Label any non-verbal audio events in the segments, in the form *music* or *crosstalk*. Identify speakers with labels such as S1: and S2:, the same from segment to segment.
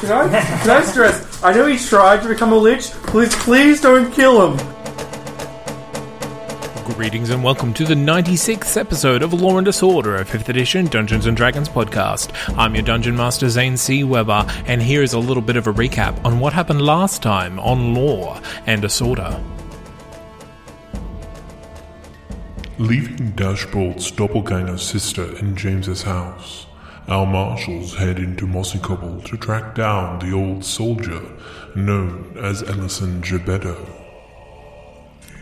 S1: Can I, can I stress? I know he tried to become a lich. Please, please don't kill him.
S2: Greetings and welcome to the 96th episode of Law and Disorder, a 5th edition Dungeons and Dragons podcast. I'm your dungeon master Zane C. Weber, and here is a little bit of a recap on what happened last time on Law and Disorder.
S3: Leaving Dashboard's doppelganger sister in James's house, our marshals head into Mossicobble to track down the old soldier known as Ellison Gebedo.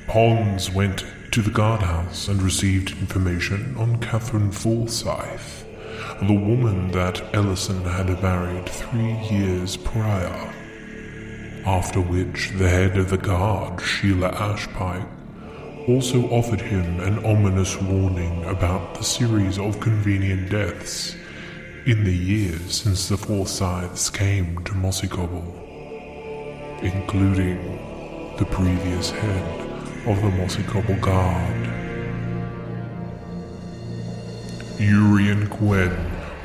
S3: Pons went to the guardhouse and received information on Catherine Forsyth, the woman that Ellison had married three years prior. After which, the head of the guard, Sheila Ashpike, also offered him an ominous warning about the series of convenient deaths in the years since the Forsyths came to Mossicobble, including the previous head of the Mossicobble Guard. Yuri and Gwen,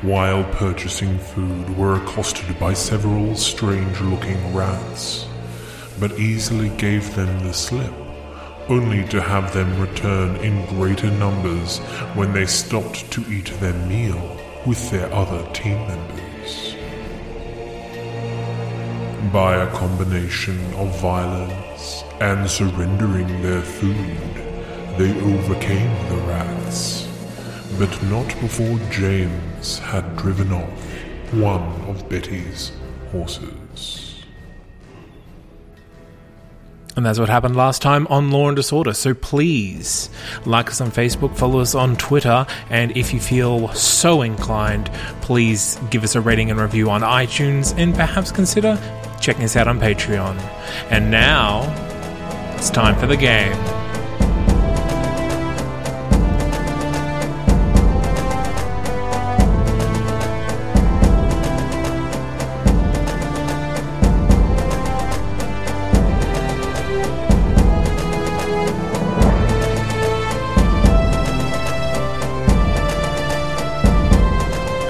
S3: while purchasing food, were accosted by several strange looking rats, but easily gave them the slip, only to have them return in greater numbers when they stopped to eat their meal with their other team members. By a combination of violence and surrendering their food, they overcame the rats, but not before James had driven off one of Betty's horses.
S2: And that's what happened last time on Law and Disorder. So please like us on Facebook, follow us on Twitter, and if you feel so inclined, please give us a rating and review on iTunes and perhaps consider checking us out on Patreon. And now it's time for the game.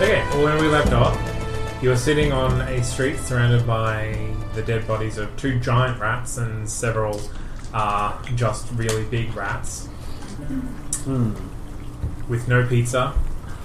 S4: Okay, well, when we left off, you were sitting on a street surrounded by the dead bodies of two giant rats and several uh, just really big rats. With no pizza,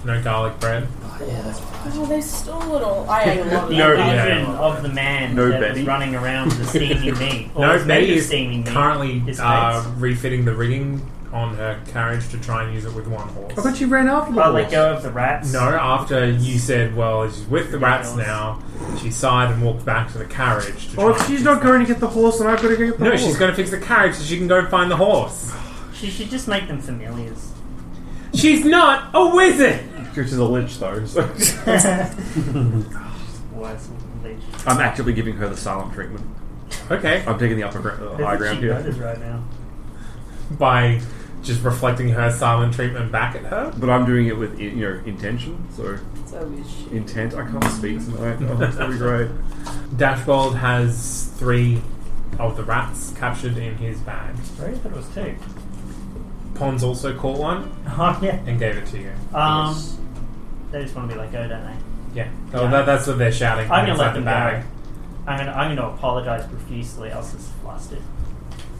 S4: no garlic bread.
S5: Oh, they stole it all. I
S4: *laughs*
S5: ate a lot of
S4: No,
S5: that.
S4: yeah.
S6: Children of the man
S1: No
S6: that
S1: Betty.
S6: was running around with a steaming meat. Or
S4: no,
S6: was
S4: Betty
S6: maybe
S4: is
S6: steaming meat,
S4: currently
S6: his
S4: uh,
S6: face.
S4: refitting the rigging on her carriage to try and use it with one horse.
S1: I thought you ran after the
S6: I
S1: horse.
S6: Oh, let go of the rats.
S4: No, after you said, well, she's with the rats now, she sighed and walked back to the carriage. To
S1: Or
S4: try
S1: if
S4: and
S1: she's
S4: fix
S1: not
S4: that.
S1: going to get the horse, then I've got to go get the
S4: No,
S1: horse.
S4: she's going to fix the carriage so she can go and find the horse.
S6: She should just make them familiars.
S4: She's not a wizard!
S1: Which is a lich, though. So.
S6: Wise leech.
S7: *laughs* I'm actively giving her the silent treatment.
S4: Okay.
S7: I'm taking the upper gra- uh, high
S6: That's what
S7: ground
S6: she
S7: here.
S6: knows right now.
S4: By just reflecting her silent treatment back at her?
S7: But I'm doing it with you know intention, so
S5: So is she.
S7: intent. I can't speak tonight. Oh, that's
S4: *laughs*
S7: gonna be great.
S4: Dashbold has three of the rats captured in his bag.
S6: Sorry, I thought it was two.
S4: Pons also caught one
S6: Oh, yeah.
S4: and gave it to you.
S6: Um, they just want to be let go, don't they?
S4: Yeah. Oh, that- that's what they're shouting.
S6: I'm gonna
S4: inside
S6: let
S4: the
S6: them
S4: bag.
S6: go. I'm gonna I'm gonna apologize profusely. I was just flustered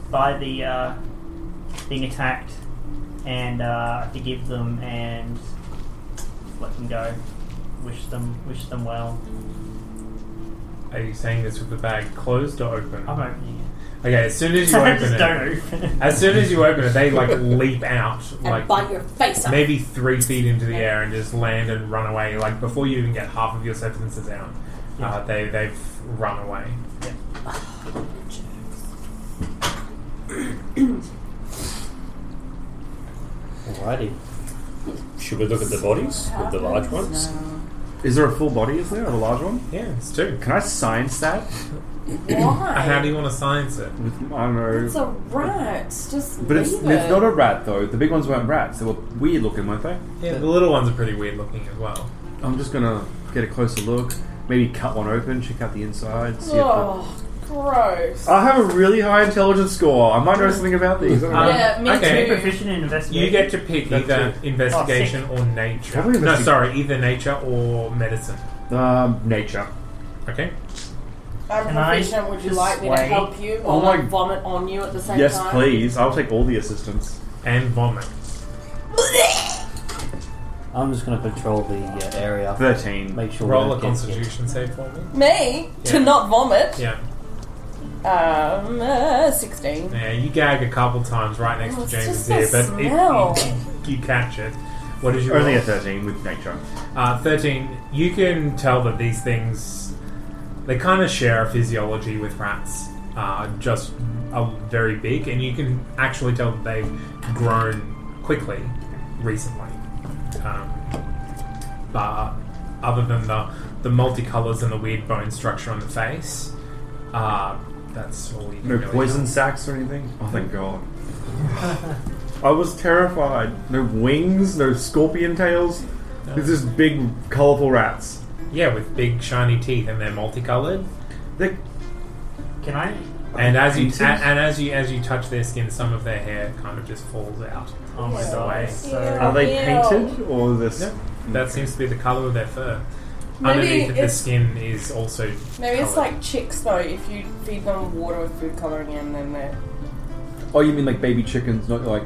S6: by the uh, being attacked, and uh, I forgive them and let them go. Wish them wish them well.
S4: Are you saying this with the bag closed or
S6: *laughs*
S4: open?
S6: I'm opening it.
S4: Okay, as soon as you
S8: I
S4: open
S8: just
S4: it,
S8: don't open it.
S4: as soon as you open it, they like leap out,
S3: and
S4: like
S3: bite your face up.
S4: maybe three feet into the air and just land and run away. Like before you even get half of your sentences out, uh, they they've run away.
S2: Alrighty. Should we look at the bodies with the large ones?
S7: Is there a full body? Is there a large one?
S4: Yeah, it's two.
S7: Can I science that?
S3: Why?
S4: How do you want to science it?
S7: With, I don't know.
S3: It's a rat. Just
S7: but it's,
S3: leave
S7: it's
S3: it.
S7: not a rat though. The big ones weren't rats. They were weird looking, weren't they?
S4: Yeah, the little ones are pretty weird looking as well.
S7: I'm just gonna get a closer look. Maybe cut one open, check out the inside. See
S3: Oh, gross.
S7: if the, I have a really high intelligence score. I might know something about *laughs* these. I don't know.
S3: yeah, me
S4: Um, okay.
S3: too.
S8: Proficient in investigation.
S4: You get to pick
S7: That's
S4: either
S7: it.
S4: investigation
S8: Oh,
S4: or nature.
S7: Probably
S4: No,
S7: investi-
S4: sorry, either nature or medicine.
S7: Um, nature.
S4: Okay.
S3: I'm
S8: Can I
S3: proficient. Would you like me to
S8: sway?
S3: help you
S7: Oh
S3: while I
S7: my-
S3: vomit on you at the same
S7: yes,
S3: time?
S7: please. I'll take all the assistance.
S4: And vomit.
S2: I'm just going to patrol the uh, area.
S7: Thirteen.
S2: Make sure. we
S4: Roll
S2: don't
S4: a
S2: get
S4: constitution save for me.
S3: Me
S4: Yeah.
S3: to not vomit.
S4: Yeah.
S3: Um, uh, sixteen.
S4: Yeah, you gag a couple times right next
S3: Oh,
S4: to
S3: it's
S4: James's
S3: just a
S4: ear, but
S3: smell.
S4: it, it, *laughs* you catch it. What is your
S7: Only
S4: roll?
S7: a thirteen with nature.
S4: Uh, 13. You can tell that these things, they kind of share a physiology with rats. Uh, just are very big, and you can actually tell that they've grown quickly recently. Um, but other than the, the multicolours and the weird bone structure on the face, uh, that's all you can
S7: No
S4: really
S7: poison
S4: know.
S7: sacks or anything? Oh, thank God. *laughs* I was terrified. No wings, no scorpion tails. It's just big, colourful rats.
S4: Yeah, with big shiny teeth, and they're multicoloured.
S7: They're,
S8: Can I?
S4: And as you
S7: Pieces?
S4: a- and as you as you touch their skin, some of their hair kind of just falls out.
S8: Oh my
S4: It's the
S8: god.
S4: way.
S8: So
S7: are they
S3: Ew.
S7: painted or this?
S4: Yep. That seems to be the colour of their fur.
S3: Maybe
S4: Underneath it, the
S3: it's-
S4: skin is also.
S3: Maybe it's
S4: coloured.
S3: like chicks though. If you feed them water with food coloring in, then they're
S7: Oh, you mean like baby chickens, not like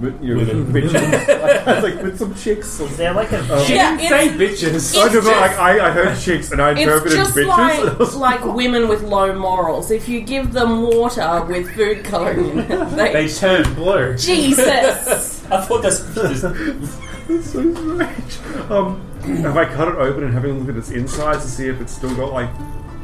S7: wi- you know, *laughs*
S2: With a-
S7: bitches. *laughs* like,
S4: *laughs*
S7: I was like with some chicks. Or,
S8: is there like a
S4: She
S3: Yeah,
S4: didn't say bitches.
S7: I, don't know,
S3: just-
S7: like, I, I heard chicks and I
S3: It's
S7: interpreted
S3: just
S7: bitches. *laughs*
S4: *laughs*
S7: and I was
S3: like, like women with low morals. If you give them water with food colouring in it, they,
S4: They turn blue.
S3: Jesus!
S2: I thought that's just
S7: so strange. Um, have I cut it open and having a look at its insides to see if it's still got like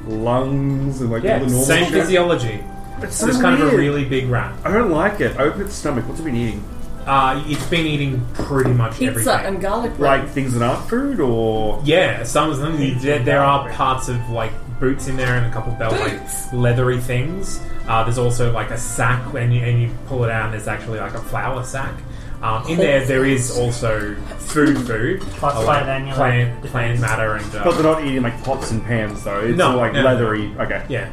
S7: lungs and like
S4: Yeah,
S7: all the normal
S4: same
S7: shit?
S4: physiology.
S7: It's
S4: So it's kind of a really big rat.
S7: I don't like it. Open its stomach. What's it been eating?
S4: Uh, it's been eating pretty much
S3: Pizza
S4: everything.
S3: and garlic bread.
S7: Like things that aren't food, or
S4: Yeah, some of them. There, there are parts of like boots in there and a couple of belt like
S3: Boots.
S4: leathery things. Uh, there's also like a sack, and you, and you pull it out, and there's actually like a flour sack. Um, in there, there is also food, food,
S8: Plus
S4: uh,
S8: five annular
S4: plant,
S8: defense.
S4: plant matter, and
S7: but they're
S4: uh,
S7: not eating like pots and pans though. It's
S4: No,
S7: all like
S4: no, no.
S7: leathery. Okay,
S4: yeah,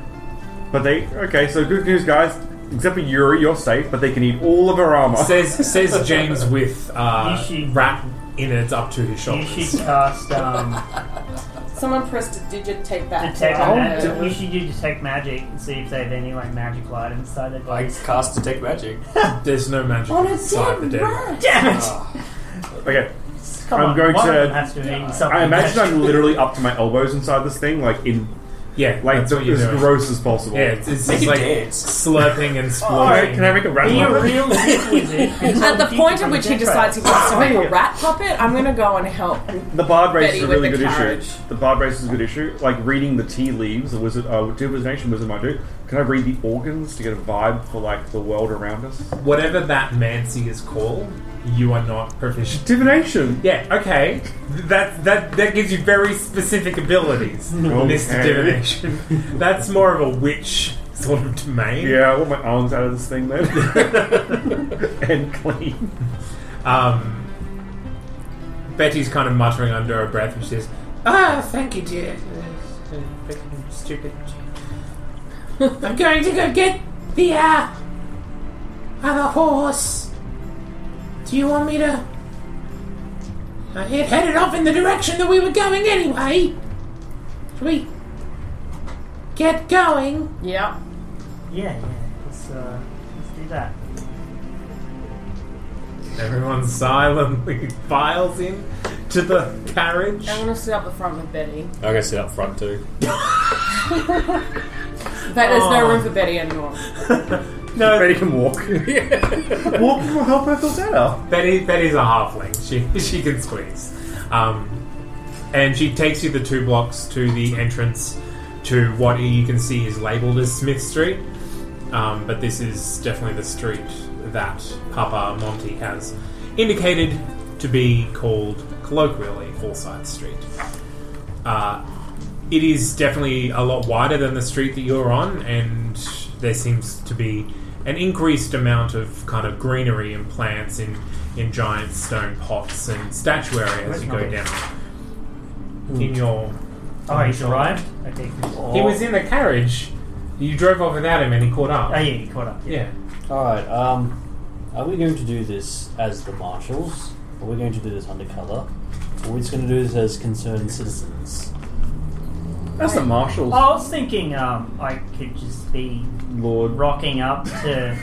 S7: but they okay. So good news, guys. Except for Yuri, you're safe. But they can eat all of her armor.
S4: says
S7: *laughs*
S4: says James with uh,
S8: You should-
S4: rat in it up to his
S8: you
S4: shoulders.
S8: should cast um,
S3: Someone pressed a digit, take back.
S8: detect
S7: Oh.
S3: to
S8: magic.
S3: that.
S8: You should do detect magic and see if they have any like magical items inside their
S2: like
S8: bodies.
S2: cast detect magic.
S4: There's no magic
S3: On a
S4: inside the
S3: dead
S4: dead.
S3: rat!
S8: Damn it!
S7: Okay,
S8: Come
S7: I'm
S8: on,
S7: going
S8: one
S7: to-
S8: of them has to have eaten something.
S7: I imagine I'm literally up to my elbows inside this thing, like in
S4: Yeah,
S7: like
S4: that's what you're
S7: as
S4: doing.
S7: gross as possible.
S4: Yeah, it's, it's just
S2: You
S4: like
S2: dance.
S4: slurping and
S7: All right,
S4: splurting.
S7: can I make a rat?
S8: Be a
S7: one?
S8: real dick wizard.
S3: At the point at which he decides he wants to make a rat puppet, I'm gonna go and help.
S7: The bard race
S3: Betty
S7: is a
S3: with
S7: really
S3: the
S7: good
S3: carriage.
S7: issue. The bard race is a good issue. Like reading the tea leaves, the wizard, uh, divination wizard might do. Can I read the organs to get a vibe for like the world around us?
S4: Whatever that mancy is called, you are not proficient
S7: Divination.
S4: Yeah, okay. That that that gives you very specific abilities, Mr.
S7: Okay.
S4: Divination. That's more of a witch sort of domain.
S7: Yeah, I want my arms out of this thing then,
S4: *laughs*
S7: and clean.
S4: Um, Betty's kind of muttering under her breath, and she says, "Ah, thank you, dear. Uh, freaking Stupid. I'm going to go get the uh, other horse. Do you want me to?" Uh, it headed off in the direction that we were going anyway. Should we get going?
S3: Yeah.
S8: Yeah, yeah. Let's, uh, let's do that.
S4: Everyone silently files in to the carriage.
S3: I'm gonna sit up the front with Betty.
S2: I'm going to sit up front too.
S9: But there's no room for Betty anymore.
S4: No.
S8: Betty can walk. Walking will help her feel better.
S4: Betty, Betty's a halfling. She *laughs* she can squeeze, um, and she takes you the two blocks to the entrance to what you can see is labeled as Smith Street, um, but this is definitely the street that Papa Monty has indicated to be called colloquially Forsyth Street. Uh, it is definitely a lot wider than the street that you're on, and there seems to be an increased amount of kind of greenery and plants in, in giant stone pots and statuary as you go down. In your.
S7: Oh, he's arrived? Okay.
S4: He was in a carriage. You drove off without him and he caught up.
S7: Oh, yeah, he caught up. Yeah.
S10: Alright, um, are we going to do this as the marshals? Are we going to do this undercover? Or are we just going to do this as concerned citizens?
S8: That's the marshals.
S7: I was thinking um, I could just be
S8: Lord.
S7: rocking up to,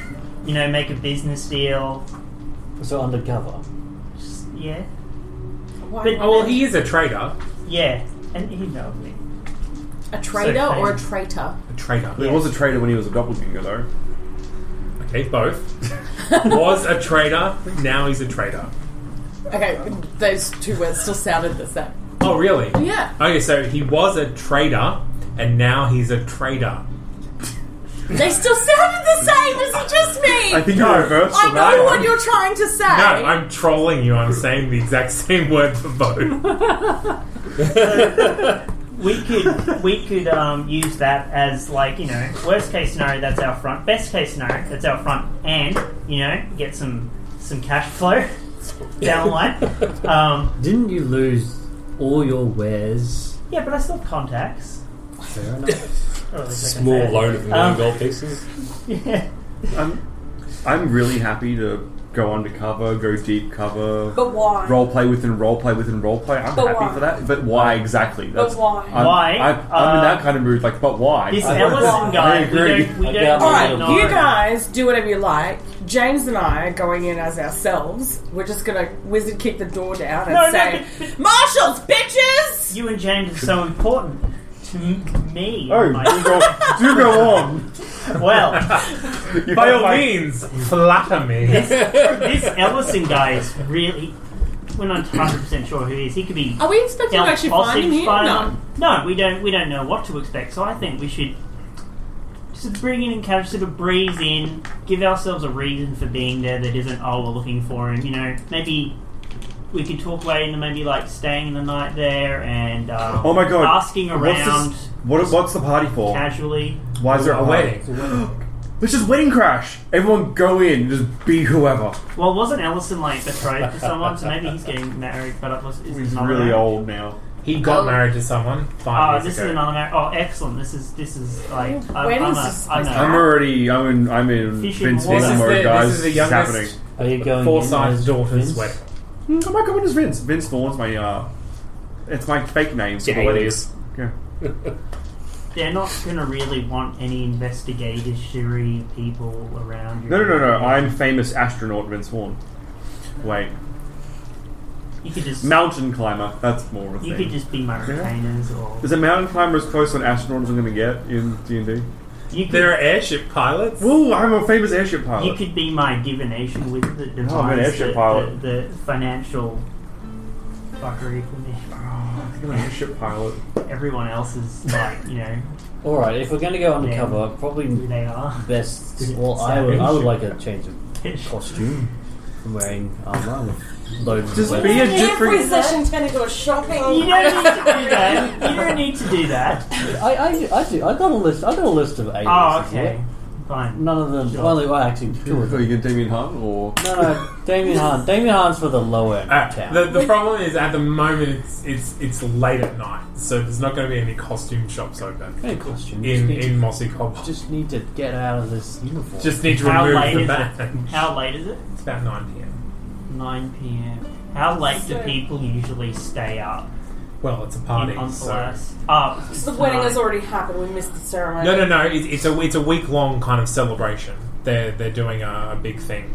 S7: you know, make a business deal.
S10: So undercover?
S7: Just, yeah.
S4: Oh, well, he is a traitor.
S7: Yeah, and he knows me.
S9: A traitor
S7: So
S9: or a
S7: crazy.
S9: traitor?
S4: A traitor.
S8: He was a traitor when he was a doppelganger, though.
S4: Okay, both. was a traitor, now he's a traitor.
S9: Okay, those two words still sounded the same.
S4: Oh, really?
S9: Yeah.
S4: Okay, so he was a traitor, and now he's a traitor.
S9: They still sounded the same. Is it just me?
S4: I think you reversed
S9: I
S4: the
S9: know
S4: vibe.
S9: what you're trying to say.
S4: No, I'm trolling you. I'm saying the exact *laughs* same word for both.
S7: We could we could um, use that as like you know worst case scenario that's our front best case scenario that's our front and you know get some some cash flow *laughs* down the line. Um,
S11: Didn't you lose all your wares?
S7: yeah, but I still have contacts.
S11: Fair enough.
S7: Or at least I can
S10: Small
S7: say it.
S10: loan of million
S7: Um,
S10: gold pieces?
S7: Yeah.
S8: I'm, I'm really happy to go undercover, go deep cover.
S9: But why?
S8: Role play within role play within role play. I'm
S9: But
S8: happy
S9: why?
S8: for that. But why exactly?
S9: But why?
S8: I'm,
S7: Why?
S8: I, I'm
S11: Uh,
S8: in that kind of mood. Like, but why?
S7: This
S8: I-
S7: Ellison
S8: I
S7: guy, we
S8: agree.
S7: don't- we
S9: All right, you guys do whatever you like. James and I are going in as ourselves. We're just gonna wizard kick the door down and
S7: No, no,
S9: say, "Marshals, bitches!"
S7: You and James are so important to m- me.
S8: Oh,
S7: My-
S8: do go, do go on. *laughs*
S7: well,
S4: By all means, flatter me.
S7: this, this Ellison guy is really. We're not 100 percent sure who he is. He could be.
S9: Are we expected to
S7: Del-
S9: actually find him
S7: hostage
S9: here?
S7: by-
S9: No.
S7: no, we don't. We don't know what to expect. So I think we should just bring in and catch sort of breeze in, give ourselves a reason for being there that isn't oh we're looking for him. You know, maybe we could talk later into maybe like staying the night there and um,
S8: Oh my god!
S7: asking
S8: What's,
S7: around
S8: this, what, what's the party for?
S7: casually.
S8: Why is there a wedding? *gasps* Let's just wedding crash. Everyone go in. Just be whoever.
S7: Well, wasn't Ellison like betrayed to someone? Oh, So maybe he's getting married, but it was, is
S8: He's
S7: another
S8: really
S7: marriage.
S8: old now.
S4: He got married to someone
S7: Oh,
S4: five years
S7: this
S4: ago.
S7: is another marriage. Oh, excellent! This is this is like I'm,
S9: When
S7: I'm
S9: is
S7: a-
S9: this
S7: I'm a-
S8: I'm already. I'm in. I'm in
S7: Fishing
S8: Vince
S7: water.
S8: Vaughn
S7: This is
S8: mode,
S7: the-
S8: guys.
S4: this is the
S8: It's
S4: youngest
S8: happening.
S11: Are you going in
S4: Forsyth's
S11: as
S4: daughter's
S11: Vince?
S4: wedding.
S8: Mm, Oh my god, what is Vince? Vince Vaughn's my uh, it's my fake name for the
S10: Yeah, it
S8: wedding.
S10: is.
S8: Yeah.
S7: *laughs* They're not going to really want any investigatory people around.
S8: No, no, no, no. I'm famous astronaut Vince Vaughn. Wait,
S7: You could just
S8: mountain climber. That's more of a
S7: you
S8: thing.
S7: could just be my retainers, or
S8: Is a mountain climber as close to an astronaut as I'm going to get in D and D?
S7: you could,
S4: There are airship pilots.
S8: Woo! I'm a famous airship pilot.
S7: you could be my divination with the
S8: Oh, I'm an
S7: divines,
S8: airship
S7: the,
S8: pilot.
S7: The, the financial fuckery for me.
S8: I'm an airship pilot.
S7: Everyone else is like you know
S11: *laughs* Alright, if we're going to go undercover,
S7: who
S11: probably
S7: they are. *laughs*
S11: best. Well, I would, I would like a change of costume. I'm wearing armor with loads of
S8: Just
S11: weapons.
S8: be a
S9: Every
S8: different.
S9: session turn into a shopping.
S7: You don't need to do that. You don't need to do that.
S11: *laughs* I, I, I do. I got a list. I got a list of eight.
S7: Oh,
S11: lists,
S7: okay,
S11: yeah.
S7: fine.
S11: None of them.
S7: Sure.
S11: Only well, actually two of
S8: Are
S11: them.
S8: you going Damien Hunt or?
S11: No, no. Damien Hahn. Damien Hahn's for the lower end
S4: Uh,
S11: of town.
S4: the, the problem is at the moment it's it's it's late at night, so there's not going to be any costume shops open
S11: Hey, costume.
S4: in
S11: just,
S4: in
S11: need
S4: Mossy Cobble.
S11: to,
S4: Just,
S11: just need to get out of this uniform.
S4: need to
S7: How
S4: remove
S7: late
S4: the
S7: is
S4: band.
S7: it? How late is it?
S4: It's about nine pm.
S7: 9 p.m. How late do people usually stay up
S4: Well, it's a
S7: in
S4: party, so.
S7: Unselas? Oh,
S9: The wedding
S7: tonight.
S9: has already happened. We missed the ceremony.
S4: No, no, no. It's, it's a it's a week long kind of celebration. They're they're doing a, a big thing,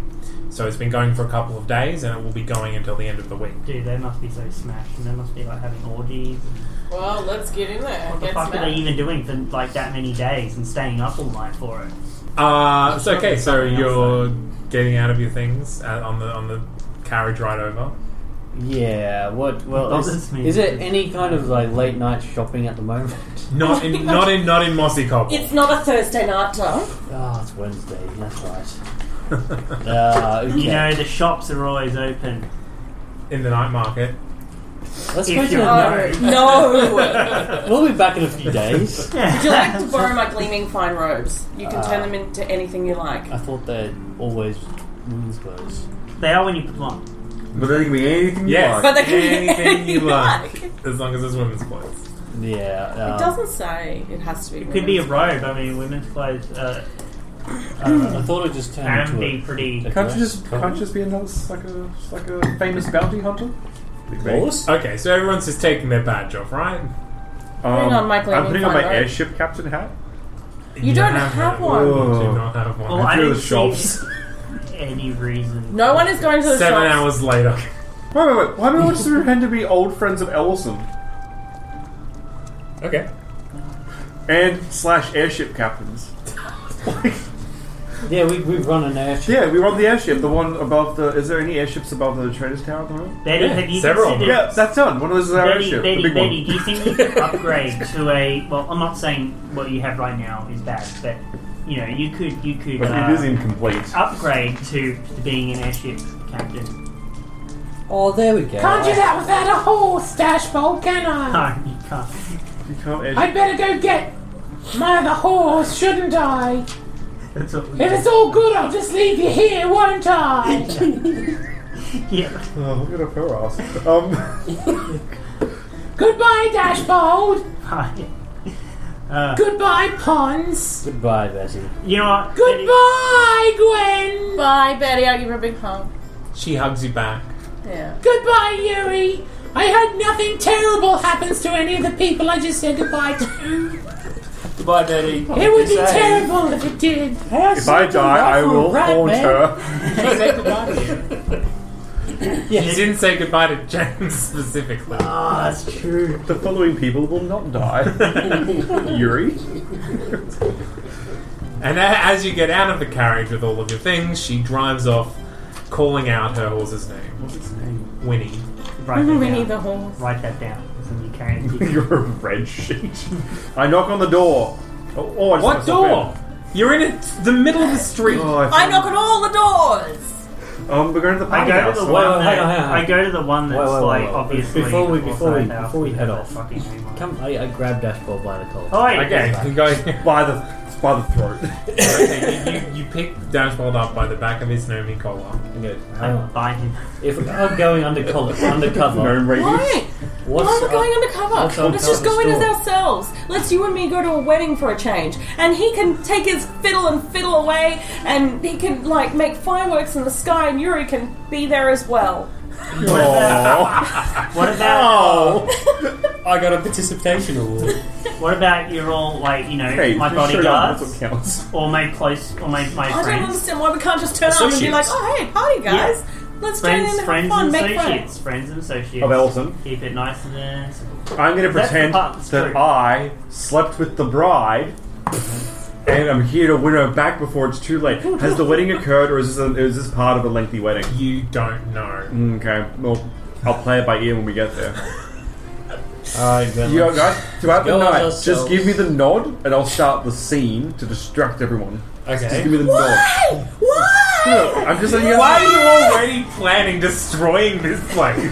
S4: so it's been going for a couple of days, and it will be going until the end of the week.
S7: Dude, they must be so smashed, and they must be like having orgies. And
S3: Well, let's get in there.
S12: What the
S3: Get
S12: fuck are
S3: smacked.
S12: they even doing for like that many days and staying up all night for it?
S2: Uh, it's okay. So you're getting out of your things uh, on the on the carriage ride over.
S8: Yeah. What? Well, is, is there any kind of like late night shopping at the moment?
S2: Not in not in not in Mossy Cobble.
S3: It's not a Thursday night, Tom.
S8: Ah, it's Wednesday. That's
S2: *laughs*
S8: right. Ah,
S12: You know the shops are always open
S2: in the night market.
S12: Let's
S8: go to the night-
S3: No.
S8: *laughs* We'll be back in a few
S12: *laughs*
S8: days.
S3: Would you like to borrow my gleaming fine robes? You can turn
S8: Ah.
S3: them into anything you like.
S8: I thought they're always women's clothes.
S12: They are when you put them on.
S7: But they can be anything
S2: Yes,
S7: you like.
S3: But they can be
S2: anything you
S3: anything you
S2: like, as long as it's women's clothes.
S8: Yeah. uh,
S3: it doesn't say it has to be.
S12: It could be a robe. I mean, women's clothes.
S8: *clears throat*
S12: Uh,
S8: I thought it just turned
S12: can
S8: into
S12: be
S8: a-
S12: pretty.
S8: a
S7: Can't
S8: dress
S7: you just
S8: code.
S7: can't you just be another like a like a famous bounty hunter?
S8: Close?
S2: Okay, so everyone's just taking their badge off, right?
S7: Um,
S3: on my gleaming
S7: I'm putting on my
S3: fine robe.
S7: airship captain hat.
S3: You don't have one.
S2: You do not have one.
S12: Well, I
S7: Into
S12: didn't
S7: the
S12: see any reason.
S3: No one is going to the
S2: Seven
S3: shops.
S2: hours later.
S7: Wait, wait, wait. Why do we want to pretend to be old friends of Ellison?
S2: Okay.
S7: And slash airship captains.
S8: Yeah, we, we've run an airship.
S7: Yeah, we run the airship. The one above the. Is there any airships above the traders tower at the moment?
S12: They don't- have you considered-
S7: Yeah, that's done. One of those is our
S12: Betty,
S7: airship.
S12: Betty,
S7: the big
S12: Betty, do
S7: one.
S12: you think we
S7: *laughs*
S12: could upgrade to a? Well, I'm not saying what you have right now is bad, but you know, you could, you could.
S7: But
S12: uh,
S7: it is incomplete.
S12: Upgrade to, to being an airship captain.
S8: Oh, there we go.
S4: Can't do that without a whole stash bowl, can I?
S12: No, you can't.
S7: You can't
S4: I'd better go get my other horse, shouldn't I?
S12: That's what we
S4: If it's all good, I'll just leave you here, won't
S12: *laughs*
S4: I?
S12: Yeah.
S7: Oh, look at her ass. Um,
S4: Goodbye, Dashbold.
S12: Uh,
S4: Goodbye, Pons.
S8: Goodbye, Bessie.
S12: You know what?
S4: Goodbye, Gwen. Bye, Betty. I'll give her a big hug.
S2: She hugs you back.
S4: Yeah. Goodbye, Yuri. I hope nothing terrible happens to any of the people I just said goodbye to. *laughs*
S8: Goodbye, Betty.
S4: it would be terrible if it did.
S7: if I die, I will haunt her.
S2: Say goodbye to you. You didn't say goodbye to James *laughs* specifically.
S12: Ah, that's true.
S7: The following people will not die Yuri.
S2: And a- as you get out of the carriage with all of your things, she drives off, calling out her horse's name. What's its name? Winnie.
S12: Write that
S3: Winnie
S12: down.
S3: the horse.
S12: Write that down. It's in your carrying case.
S7: *laughs* You're a red sheet. I knock on the door. Oh, oh I just
S2: What
S7: knocked on the
S2: door? You're in it, the middle of the street.
S7: Oh, I
S3: I knock on all the doors.
S7: Um, we're going to the
S12: I
S7: party
S12: go to
S7: house.
S12: the
S7: right?
S12: one.
S8: wait,
S12: that,
S8: hang on, hang on, hang
S12: I
S8: on.
S12: go to the one that's
S8: Wait, wait, wait,
S12: like
S8: wait.
S12: obviously
S8: Before we-
S12: the
S8: before we-
S12: Forsyth House,
S8: before we head
S12: whatever
S8: off.
S12: Fucking name was.
S8: Come, I, I grab Dashboard by the collar.
S12: Oi.
S2: Okay, you
S12: *laughs*
S2: go.
S7: By the, by the throat.
S2: *laughs* okay, you, you, you pick Dashbold up by the back of his Nomi collar.
S8: Okay, hang
S12: I
S8: on.
S12: buy him.
S8: If we are going undercover,
S7: No
S8: undercover,
S7: radius.
S3: Why?
S8: what's
S3: Why are we going
S8: up- what's
S3: undercover?
S8: up
S3: Let's just
S8: top of
S3: go in
S8: the
S3: as
S8: store?
S3: ourselves. Let's you and me go to a wedding for a change. And he can take his fiddle and fiddle away, and he can, like, make fireworks in the sky, and Yuri can be there as well.
S12: What about
S2: *laughs*
S8: I got a participation award.
S12: Oh! what about you're all like you know
S7: Hey,
S12: my
S7: you showed
S12: bodyguards
S7: up, That's what counts.
S12: or my close or my my
S3: I don't
S12: friends?
S3: understand why we can't just turn up and be like, oh, hey, party, guys. Let's go in and
S12: Friends,
S3: have
S12: friends,
S3: fun,
S12: and
S3: make friends.
S12: associates. Friends and associates.
S7: Of Oh, Elton.
S12: Keep it nice and uh, simple.
S7: I'm going to
S12: That's the
S7: pretend
S12: part that's
S7: that
S12: true.
S7: I slept with the bride, and I'm here to win her back before it's too late. Has the wedding occurred, or is this, a, is this part of a lengthy wedding? Mm,
S2: You don't know.
S7: Okay, well, I'll play it by ear when we get
S2: *laughs*
S7: there.
S8: Alright, Gwen.
S7: You guys, throughout the
S8: Go on
S7: night, just
S8: yourselves.
S7: give me the nod, and I'll start the scene to distract everyone. Just give
S2: Okay.
S7: me the nod.
S3: Why? Why?
S7: Look, I'm just letting you
S2: Why are you already planning destroying this
S3: *laughs*
S2: place?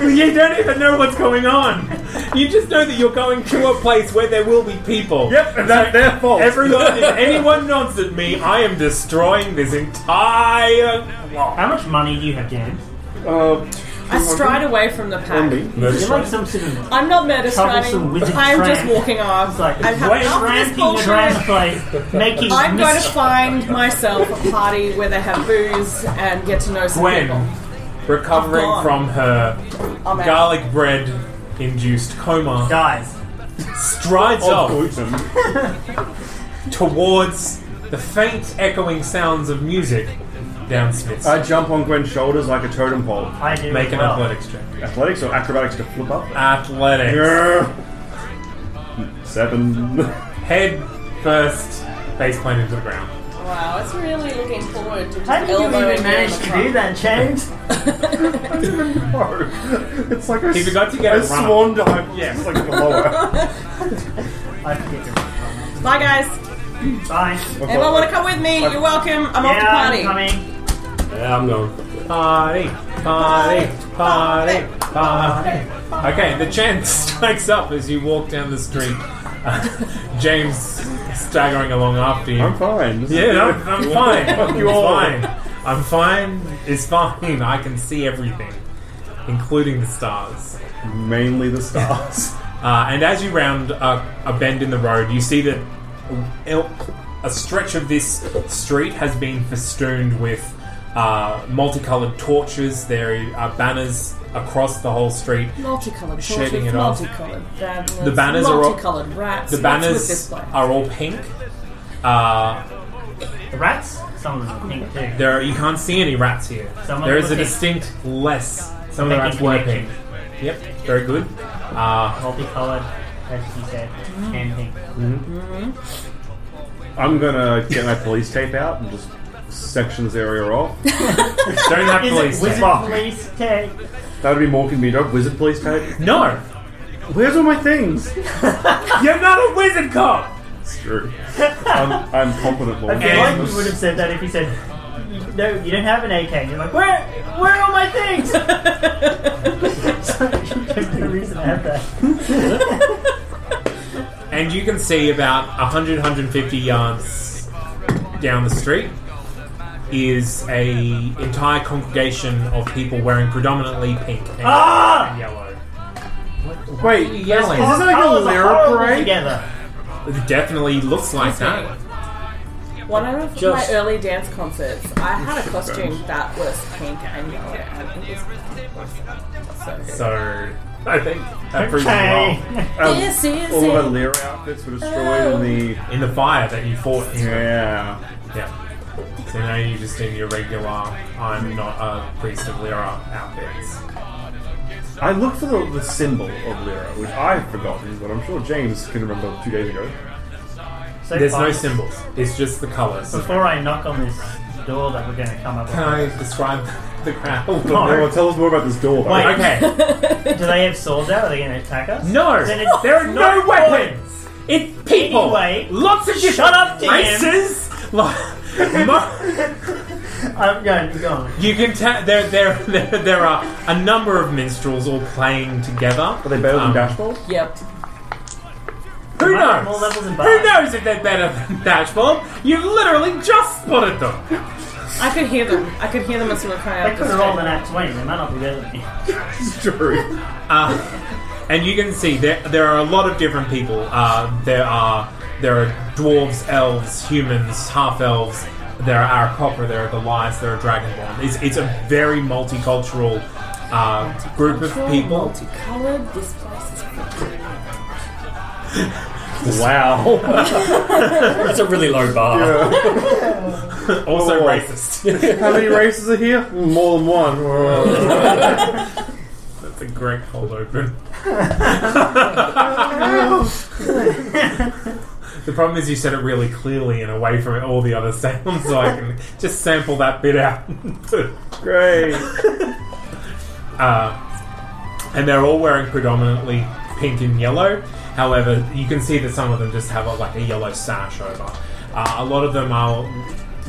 S2: you don't even know what's going on. You just know that you're going to a place where there will be people.
S7: Yep, and that's their fault.
S2: Everyone, if anyone nods at me, I am destroying this entire.
S12: How much money do you have, James?
S7: Uh,
S3: I stride away from the pack.
S7: Andy,
S12: You're like some sort of
S3: I'm not murder
S12: Troublesome
S3: striding.
S12: wizard
S3: I'm just
S12: friend.
S3: walking off.
S12: like
S3: I've had
S12: way
S3: enough of this
S12: ranting
S3: culture.
S12: around like making.
S3: I'm going to
S12: mis-
S3: find myself a party where they have booze and get to know some people.
S2: Gwen, recovering
S3: Gone.
S2: from her
S3: I'm out.
S2: garlic bread induced coma,
S12: guys.
S2: strides
S7: Oh,
S2: off
S7: gluten.
S2: towards the faint echoing sounds of music down Smith's.
S7: I jump on Gwen's shoulders like a totem pole.
S4: I do
S2: Make
S4: as
S2: an
S4: well.
S2: athletics check.
S7: Athletics or acrobatics to flip up?
S2: Athletics.
S7: Yeah. Seven.
S2: Head first, face plane into the ground.
S5: Wow, it's really looking forward to
S4: How
S5: just
S4: did you
S5: elbowing
S4: even manage to do that, James?
S7: *laughs* It's like I
S2: He
S7: s-
S2: forgot to get
S7: I
S2: a run-up.
S7: swan dive. Yes. Like lower.
S4: I forget to
S5: Bye, guys.
S4: Bye.
S5: Anyone want to come with me? You're welcome. I'm off to
S4: Yeah,
S5: party.
S4: I'm coming.
S2: Yeah, I'm going. Party, party, party, party. Okay, the chant *laughs* strikes up as you walk down the street. *laughs* James staggering along after you.
S7: I'm fine. This is
S2: Yeah, I'm,
S7: good.
S2: I'm fine.
S7: Fuck you
S2: It's
S7: all.
S2: fine. I'm fine. It's fine. I can see everything, including the stars.
S7: Mainly the stars.
S2: *laughs* Uh, and as you round a, a bend in the road, you see that a, a stretch of this street has been festooned with uh, multicolored torches. There are banners across the whole street.
S5: Multicolored
S2: Shading
S5: torches,
S2: it off.
S5: multicolored banners,
S2: The banners are all
S5: multicolored rats.
S2: The
S5: What's with this
S2: banners
S5: place?
S2: are all pink. Uh,
S4: The rats? Some of them are pink too.
S2: There, are, you can't see any rats here.
S4: Some of
S2: there
S4: them
S2: is
S4: are
S2: a
S4: pink.
S2: distinct less. Some of the
S4: Making
S2: rats were pink.
S4: connections.
S2: Yep, very good. Uh,
S4: Multicolored, as you said,
S5: Mm-hmm.
S4: and pink.
S7: I'm gonna get my police tape out and just section this area
S2: *laughs*
S7: off.
S2: don't have
S4: Is it
S2: police.
S4: wizard
S2: tape.
S4: police tape?
S7: That'd be more convenient. Dog wizard police tape.
S2: No,
S7: Where's all my things?
S2: you're not a wizard cop.
S7: It's true. I'm, I'm competent.
S4: I
S7: Lord.
S4: feel like you would have said that if you said, "You- "No, you don't have an AK." You're like, "Where, where are my
S5: *laughs*
S4: things?" There's no reason to have that.
S2: And you can see about 100, 150 yards down the street is a entire congregation of people wearing predominantly pink and,
S4: Ah!
S2: and yellow.
S7: Wait,
S2: yelling.
S7: Isn't it like a
S4: Colours are horrible
S7: lyra parade?
S4: Together.
S2: It definitely looks like that.
S5: One of
S4: Just-
S5: my early dance concerts, I had a costume that was pink and yellow, and it was so.
S2: So I think that proves
S5: *laughs*
S2: you
S4: Okay.
S2: wrong.
S7: Um,
S5: This is
S7: all of
S5: it.
S7: our Lyra outfits were destroyed in the.
S2: In the fire that you fought. in.
S7: Yeah.
S2: Yeah. So now you're just in your regular I'm not a priest of Lyra outfits.
S7: I looked for the, the symbol of Lyra, which I've forgotten, but I'm sure James can remember two days ago.
S4: So
S2: There's
S4: far,
S2: no symbols. It's just the *laughs* colours.
S4: Before I knock on this door that we're going to come up
S2: Can I
S4: with,
S2: describe the crowd?
S7: No, tell us more about this door. though.
S4: Wait.
S2: *laughs* Okay.
S4: do they have swords out? Are they going to attack us?
S2: No,
S4: Then it's *laughs*
S2: there are no
S4: not
S2: weapons. It's people.
S4: Anyway,
S2: Lots of different
S4: shut up, Dan.
S2: races. *laughs* Lo- mo-
S4: I'm going to go on.
S2: you can tell there, there, *laughs* there, there are a number of minstrels all playing together.
S7: Are they better
S2: Um,
S7: than Dashboard?
S5: Yep.
S2: Who
S4: Might have more
S2: knows?
S4: levels than
S2: Who
S4: Bard.
S2: knows if they're better than Dashboard? You've literally just spotted them.
S5: I could hear them. I could hear them as we were coming
S4: They
S5: up.
S4: could
S5: the
S4: have rolled
S5: street.
S4: an at 20. They might not be better than me.
S7: It's true.
S2: Uh, And you can see there there are a lot of different people. Uh, there are there are dwarves, elves, humans, half elves. There are Arakopra, there are the Lies, there are Dragonborn. It's, it's a very multicultural uh, group of people.
S5: Multicolored. This place is.
S7: *laughs* wow.
S11: It's a really low bar.
S2: *laughs* Also
S7: Oh.
S2: racist.
S7: *laughs*
S2: Mm,
S7: How many races are here? More than one.
S2: *laughs* That's a great
S7: *laughs*
S2: cold open. the problem is you said it really clearly and away from all the other *laughs* sounds, so I can just sample that bit out.
S7: Great.
S2: and they're all wearing predominantly pink and yellow. However, you can see that some of them just have a, like a yellow sash over. Uh, a lot of them are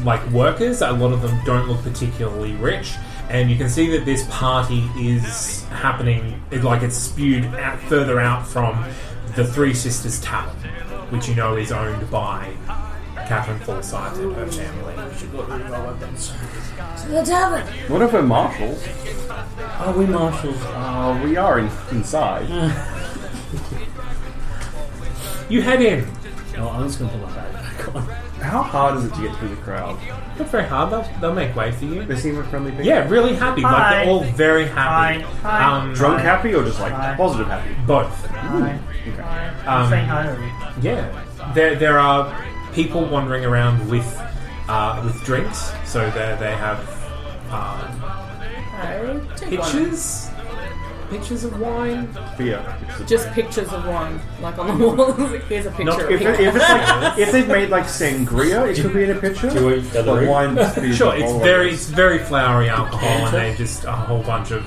S2: like workers. A lot of them don't look particularly rich, and you can see that this party is happening it- like it's spewed out, further out from the Three Sisters Tavern, which you know is owned by Catherine Forsyth and her family.
S5: The tavern.
S7: What if we're marshals?
S11: Are we marshals? Hmm.
S7: Uh, we are in, inside.
S2: You head in.
S11: No, I'm just gonna put my bag back on.
S7: How hard is it to get through the crowd?
S2: Not very hard. They'll, they'll make way for you.
S7: They seem like friendly people.
S2: Yeah, really happy. Like
S4: Hi.
S2: they're all very happy.
S4: Hi. Hi.
S2: Um,
S7: Drunk happy or just like positive happy?
S2: Both.
S4: Hi. Hi. I'm
S2: Um,
S4: saying hi to them.
S2: Yeah. There, there are people wandering around with uh, with drinks. So there they have uh, pictures, pictures of wine.
S7: Fear.
S5: Just pictures of wine, like on the wall. Here's a picture.
S7: Not-
S5: of
S7: if,
S5: people.
S7: it- if, it's like, if they've made like sangria, it could be in a picture.
S2: Do you want the other
S7: But
S2: route?
S7: wine must be
S2: sure,
S7: the
S2: it's
S7: whole
S2: very it's very flowery alcohol, and
S7: Decanter?
S2: they just a whole bunch of.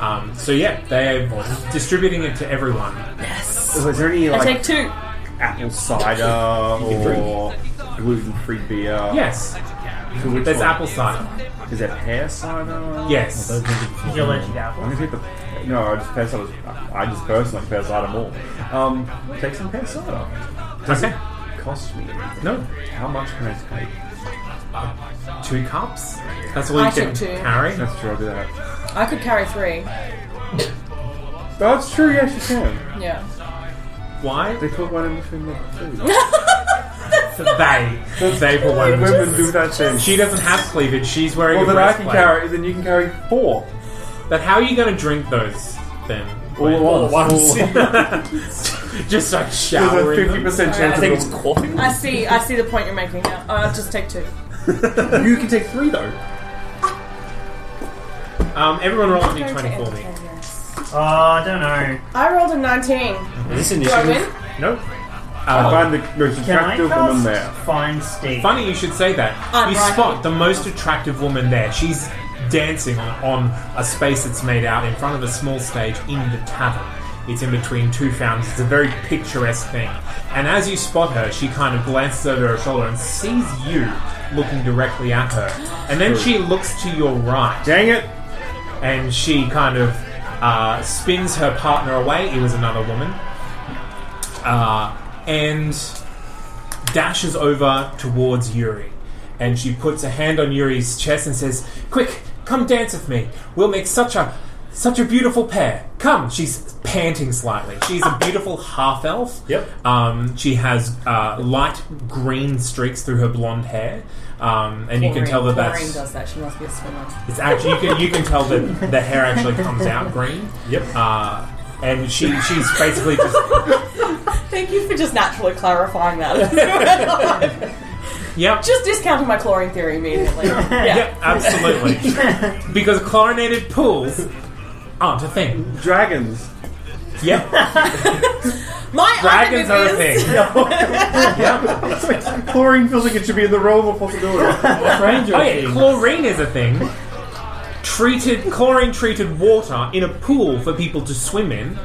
S2: Um, so yeah, they are distributing it to everyone.
S5: Yes.
S7: Is there any
S5: I
S7: like
S5: take two.
S7: apple cider or gluten-free beer?
S2: Yes.
S7: So which
S2: There's
S7: one?
S2: apple cider.
S7: Is it pear cider?
S2: Yes.
S7: I don't think it's-
S2: Did you allergic to apples?
S7: I'm gonna take the. No, I just pear cider. I just personally pear cider more. Um, take some pear cider. Does
S2: Okay.
S7: it cost me? anything?
S2: No.
S7: How much can I take?
S2: Two cups. That's all you
S5: I
S2: can
S5: took two.
S2: carry.
S7: That's true. I'll do that.
S5: I could carry three.
S7: That's true. Yes, you can.
S5: Yeah.
S2: Why?
S7: They put one in between the food.
S2: they *laughs* they put one.
S7: Women do that too.
S2: She doesn't have cleavage. She's wearing.
S7: Well,
S2: a
S7: then I can
S2: breastplate.
S7: carry. Then you can carry four.
S2: But how are you going to drink those then?
S7: All at once. *laughs*
S2: Just start showering.
S7: There's a 50% chance I think of it's them- quaffing.
S5: I see. I see the point you're making now.
S3: Oh,
S5: Uh, just take two.
S7: you can take three though.
S2: Um, everyone roll a
S5: Going to
S2: d20 for me.
S4: Oh, I don't know.
S5: I rolled a 19. Do I win?
S2: Nope.
S7: I find the most
S4: Can I
S7: attractive woman
S4: cast
S7: there.
S4: Find Steve.
S2: Funny you should say that.
S4: I'm
S2: you
S4: right.
S2: spot the most attractive woman there. She's dancing on, on a space that's made out in front of a small stage in the tavern. It's in between two fountains. It's a very picturesque thing. And as you spot her, she kind of glances over her shoulder and sees you looking directly at her. And then she looks to your right.
S7: Dang it!
S2: And she kind of uh, spins her partner away. It was another woman. uh, and dashes over towards Yuri. And she puts a hand on Yuri's chest and says, "Quick, come dance with me. We'll make such a such a beautiful pair. Come." She's panting slightly. She's a beautiful half elf. Yep. Um, she has uh, light green streaks through her blonde hair, um, and you can
S5: Chlorine-
S2: tell that
S5: Chlorine
S2: that's
S5: does that. She must be a swimmer.
S2: it's actually you can you can tell that the
S5: *laughs*
S2: hair actually comes out green. Yep. Uh, and she she's basically just
S5: Thank you for just naturally clarifying that.
S2: *laughs* yep.
S5: just discounting my chlorine theory immediately. Yeah.
S2: Yep,
S5: *laughs*
S2: absolutely. because chlorinated pools aren't a thing.
S7: Dragons.
S2: Yep.
S5: *laughs* My
S2: Dragons are a
S5: argument
S2: thing.
S5: is
S7: Chlorine feels like it should be in the realm of possibility.
S2: Oh yeah, chlorine is a thing. Treated chlorine treated water in a pool for people to swim in,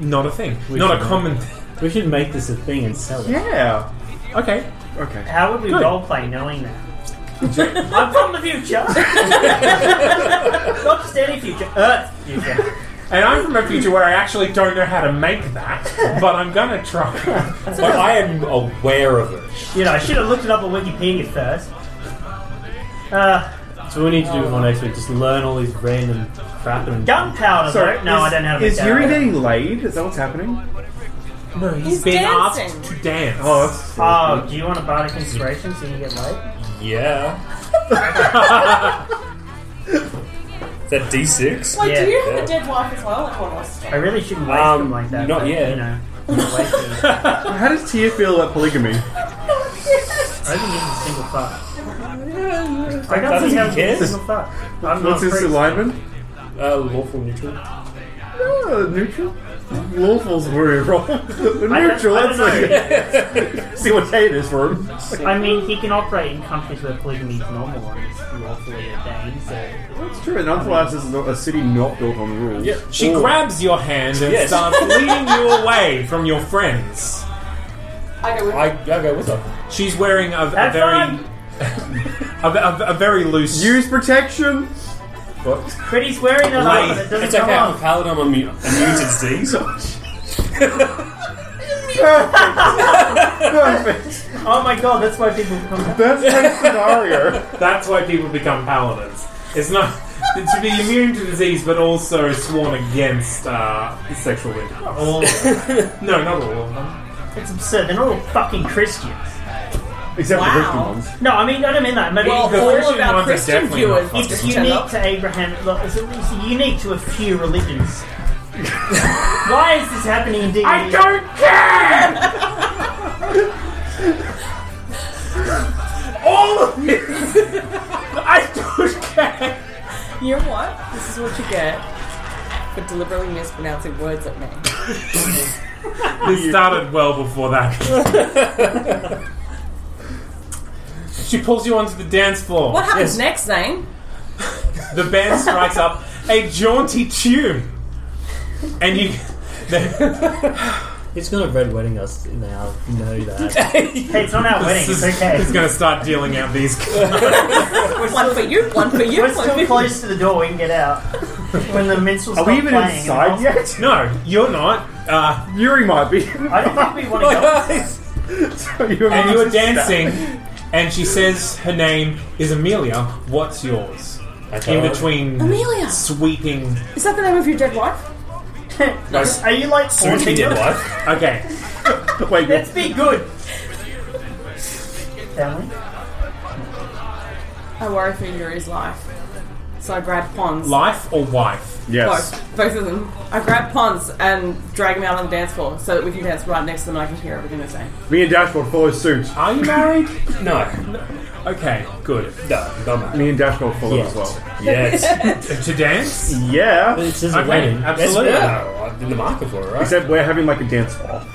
S2: not a thing. not a
S13: should-
S2: common thing.
S13: We should make this a thing and sell it.
S7: Yeah.
S2: Okay.
S7: Okay.
S4: How would we
S2: Good.
S4: roleplay knowing that? *laughs* I'm from the *laughs* future. Not just any future, Uh, Earth future.
S2: And I'm from a future where I actually don't know how to make
S13: *laughs*
S2: that, but I'm gonna try.
S13: But I am aware of it.
S4: You know, I should have looked it up on Wikipedia first. Uh,
S13: So what we need to do for next week just learn all these random crap and
S4: gunpowder.
S7: Sorry,
S4: though. No,
S7: is,
S4: I don't have
S7: Is
S4: it. down.
S7: Yuri getting laid? Is that what's happening?
S2: No,
S4: He's
S2: being
S4: dancing.
S2: asked to dance.
S7: Oh, that's
S4: Oh, do you want a bardic inspiration so you get laid?
S13: Yeah. *laughs* Is that D6?
S5: Wait, Oh,
S4: Yeah,
S5: do you have
S13: yeah.
S5: a dead wife as well? Like, what else?
S4: I really shouldn't waste
S13: Um,
S4: them like that.
S13: not
S4: but,
S13: yet. *laughs*
S4: You know,
S7: How does Tia feel about polygamy?
S4: I didn't give a single fuck. I
S13: Doesn't
S4: don't think
S13: he
S4: I give
S13: care?
S4: a single fuck. I'm not
S7: What's his
S4: free.
S7: alignment?
S13: Uh, lawful neutral.
S7: Oh, neutral? Lawful's very wrong. *laughs* neutral,
S4: I
S7: that's
S4: don't
S7: like. *laughs* See what Tate is for him.
S4: I mean, he can operate in countries where polygamy is normal and it's lawfully ordained, so.
S7: It's true, and Anthelas is not- a city not built on rules.
S13: Yeah.
S2: She
S7: Or-
S2: grabs your hand and
S13: Yes. *laughs*
S2: starts leading you away from your friends.
S5: I go with
S13: I, I go with her.
S2: She's wearing a, a
S4: Have
S2: very
S4: fun!
S2: a, a, a very loose.
S7: Use protection! What?
S4: But he's wearing it
S2: Wait,
S4: up and it doesn't
S13: It's okay,
S4: come
S13: I'm a
S4: off.
S13: paladin, I'm immune, immune
S7: *laughs*
S13: to disease.
S7: Perfect!
S4: Oh my god, that's why people come back.
S7: Best case scenario!
S2: That's why people become paladins. It's not *laughs* to be immune to disease, but also sworn against uh, sexual intercourse.
S4: All of them.
S2: *laughs* No, not all
S13: *laughs*
S2: of them.
S4: It's absurd. They're not all fucking Christians.
S7: Except for the Christian
S5: Wow.
S7: ones.
S4: No, I mean, I don't mean that. Maybe
S5: Well,
S4: the
S5: all
S4: Christian
S5: of our
S2: ones are
S5: Christian
S2: definitely not
S5: viewers.
S2: fucking
S5: just
S4: It's
S5: turn
S4: unique
S5: up.
S4: to Abraham. Look, it's, it's unique to a few
S5: *laughs*
S4: religions. Why is this happening in D&D?
S2: I don't care. all of you.
S5: You know what? This is what you get for deliberately mispronouncing words at me.
S2: This started well before
S13: *laughs*
S2: that. she pulls you onto the dance floor.
S5: what happens
S2: Yes.
S5: next, Zane?
S2: The band strikes up a jaunty tune, and you.
S13: It's got a red wedding us now. Know that.
S2: *laughs*
S4: hey, it's not our wedding. It's okay.
S2: He's going to start dealing out
S13: *laughs*
S2: these.
S4: one
S5: for you, one for you,
S4: We're
S5: one
S4: still
S5: for you.
S4: close to the door. We can get out when the minstrels.
S2: Are we even
S4: playing
S2: inside yet? No, you're not. Uh, Yuri
S7: *laughs*
S2: might be.
S4: I don't think we want to go.
S2: and you are dancing, and she says her name is Amelia. What's yours?
S4: Okay.
S2: In between
S5: Amelia.
S2: sweeping.
S5: Is that the name of your dead wife?
S4: Are you like haunting them?
S2: Okay.
S4: Wait, let's be good.
S5: I worry for Yuri's life. So I grab Pons.
S2: Life or wife?
S5: Both, both of them. I grab Pons and drag him out on the dance floor so that we can dance right next to them and I can hear everything they're saying.
S7: Me and Dashboard follow suit.
S2: Are you married?
S7: No.
S2: Okay, good.
S7: No, not Me and Dashboard follow
S2: Yes.
S7: as well.
S2: to dance?
S7: Yeah.
S2: But it's his Okay, wedding. absolutely.
S7: I'm in the market for it, right? Except we're having like a dance off.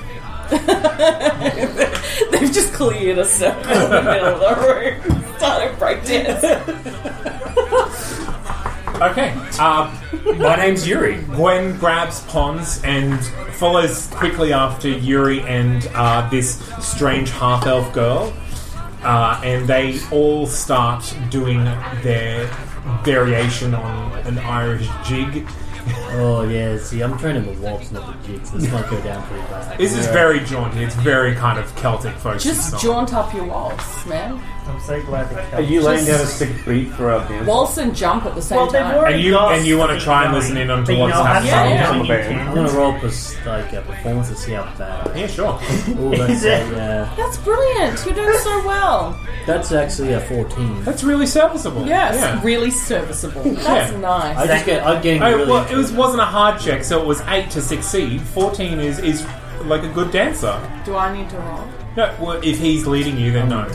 S5: They've just cleared a circle in the middle of the
S4: *laughs*
S5: room. Started breakdance.
S2: Okay. Uh, *laughs* my name's Yuri. Gwen grabs Pons and follows quickly after Yuri and uh, this strange half elf girl. Uh, and they all start doing their variation on an Irish jig.
S13: Oh yeah, see, I'm training the waltz, not the jigs. This might go down pretty bad.
S2: *laughs* This is very jaunty. It's very kind of Celtic folk
S5: Just
S2: song.
S5: jaunt up your waltz, man. I'm so glad they
S7: Are you laying down a sick beat for our dance?
S5: Waltz and jump at the same
S4: Well, they've
S5: time.
S4: already
S2: And you and you want to try and listen in on to what's happening.
S13: I'm gonna roll for like a performance to see how bad.
S2: Yeah, sure.
S13: Ooh, that's
S4: Is
S13: a,
S4: it?
S13: yeah.
S5: That's brilliant. You're doing so well.
S13: That's actually a 14.
S2: That's really serviceable.
S5: Yes,
S2: Yeah.
S5: really serviceable. That's
S2: Yeah.
S5: nice.
S13: I just get, I'm getting
S2: Oh,
S13: really.
S2: well, it was wasn't a hard check, so it was eight to succeed. Fourteen is is like a good dancer.
S5: Do I need to roll?
S2: No, well, if he's leading you, then no.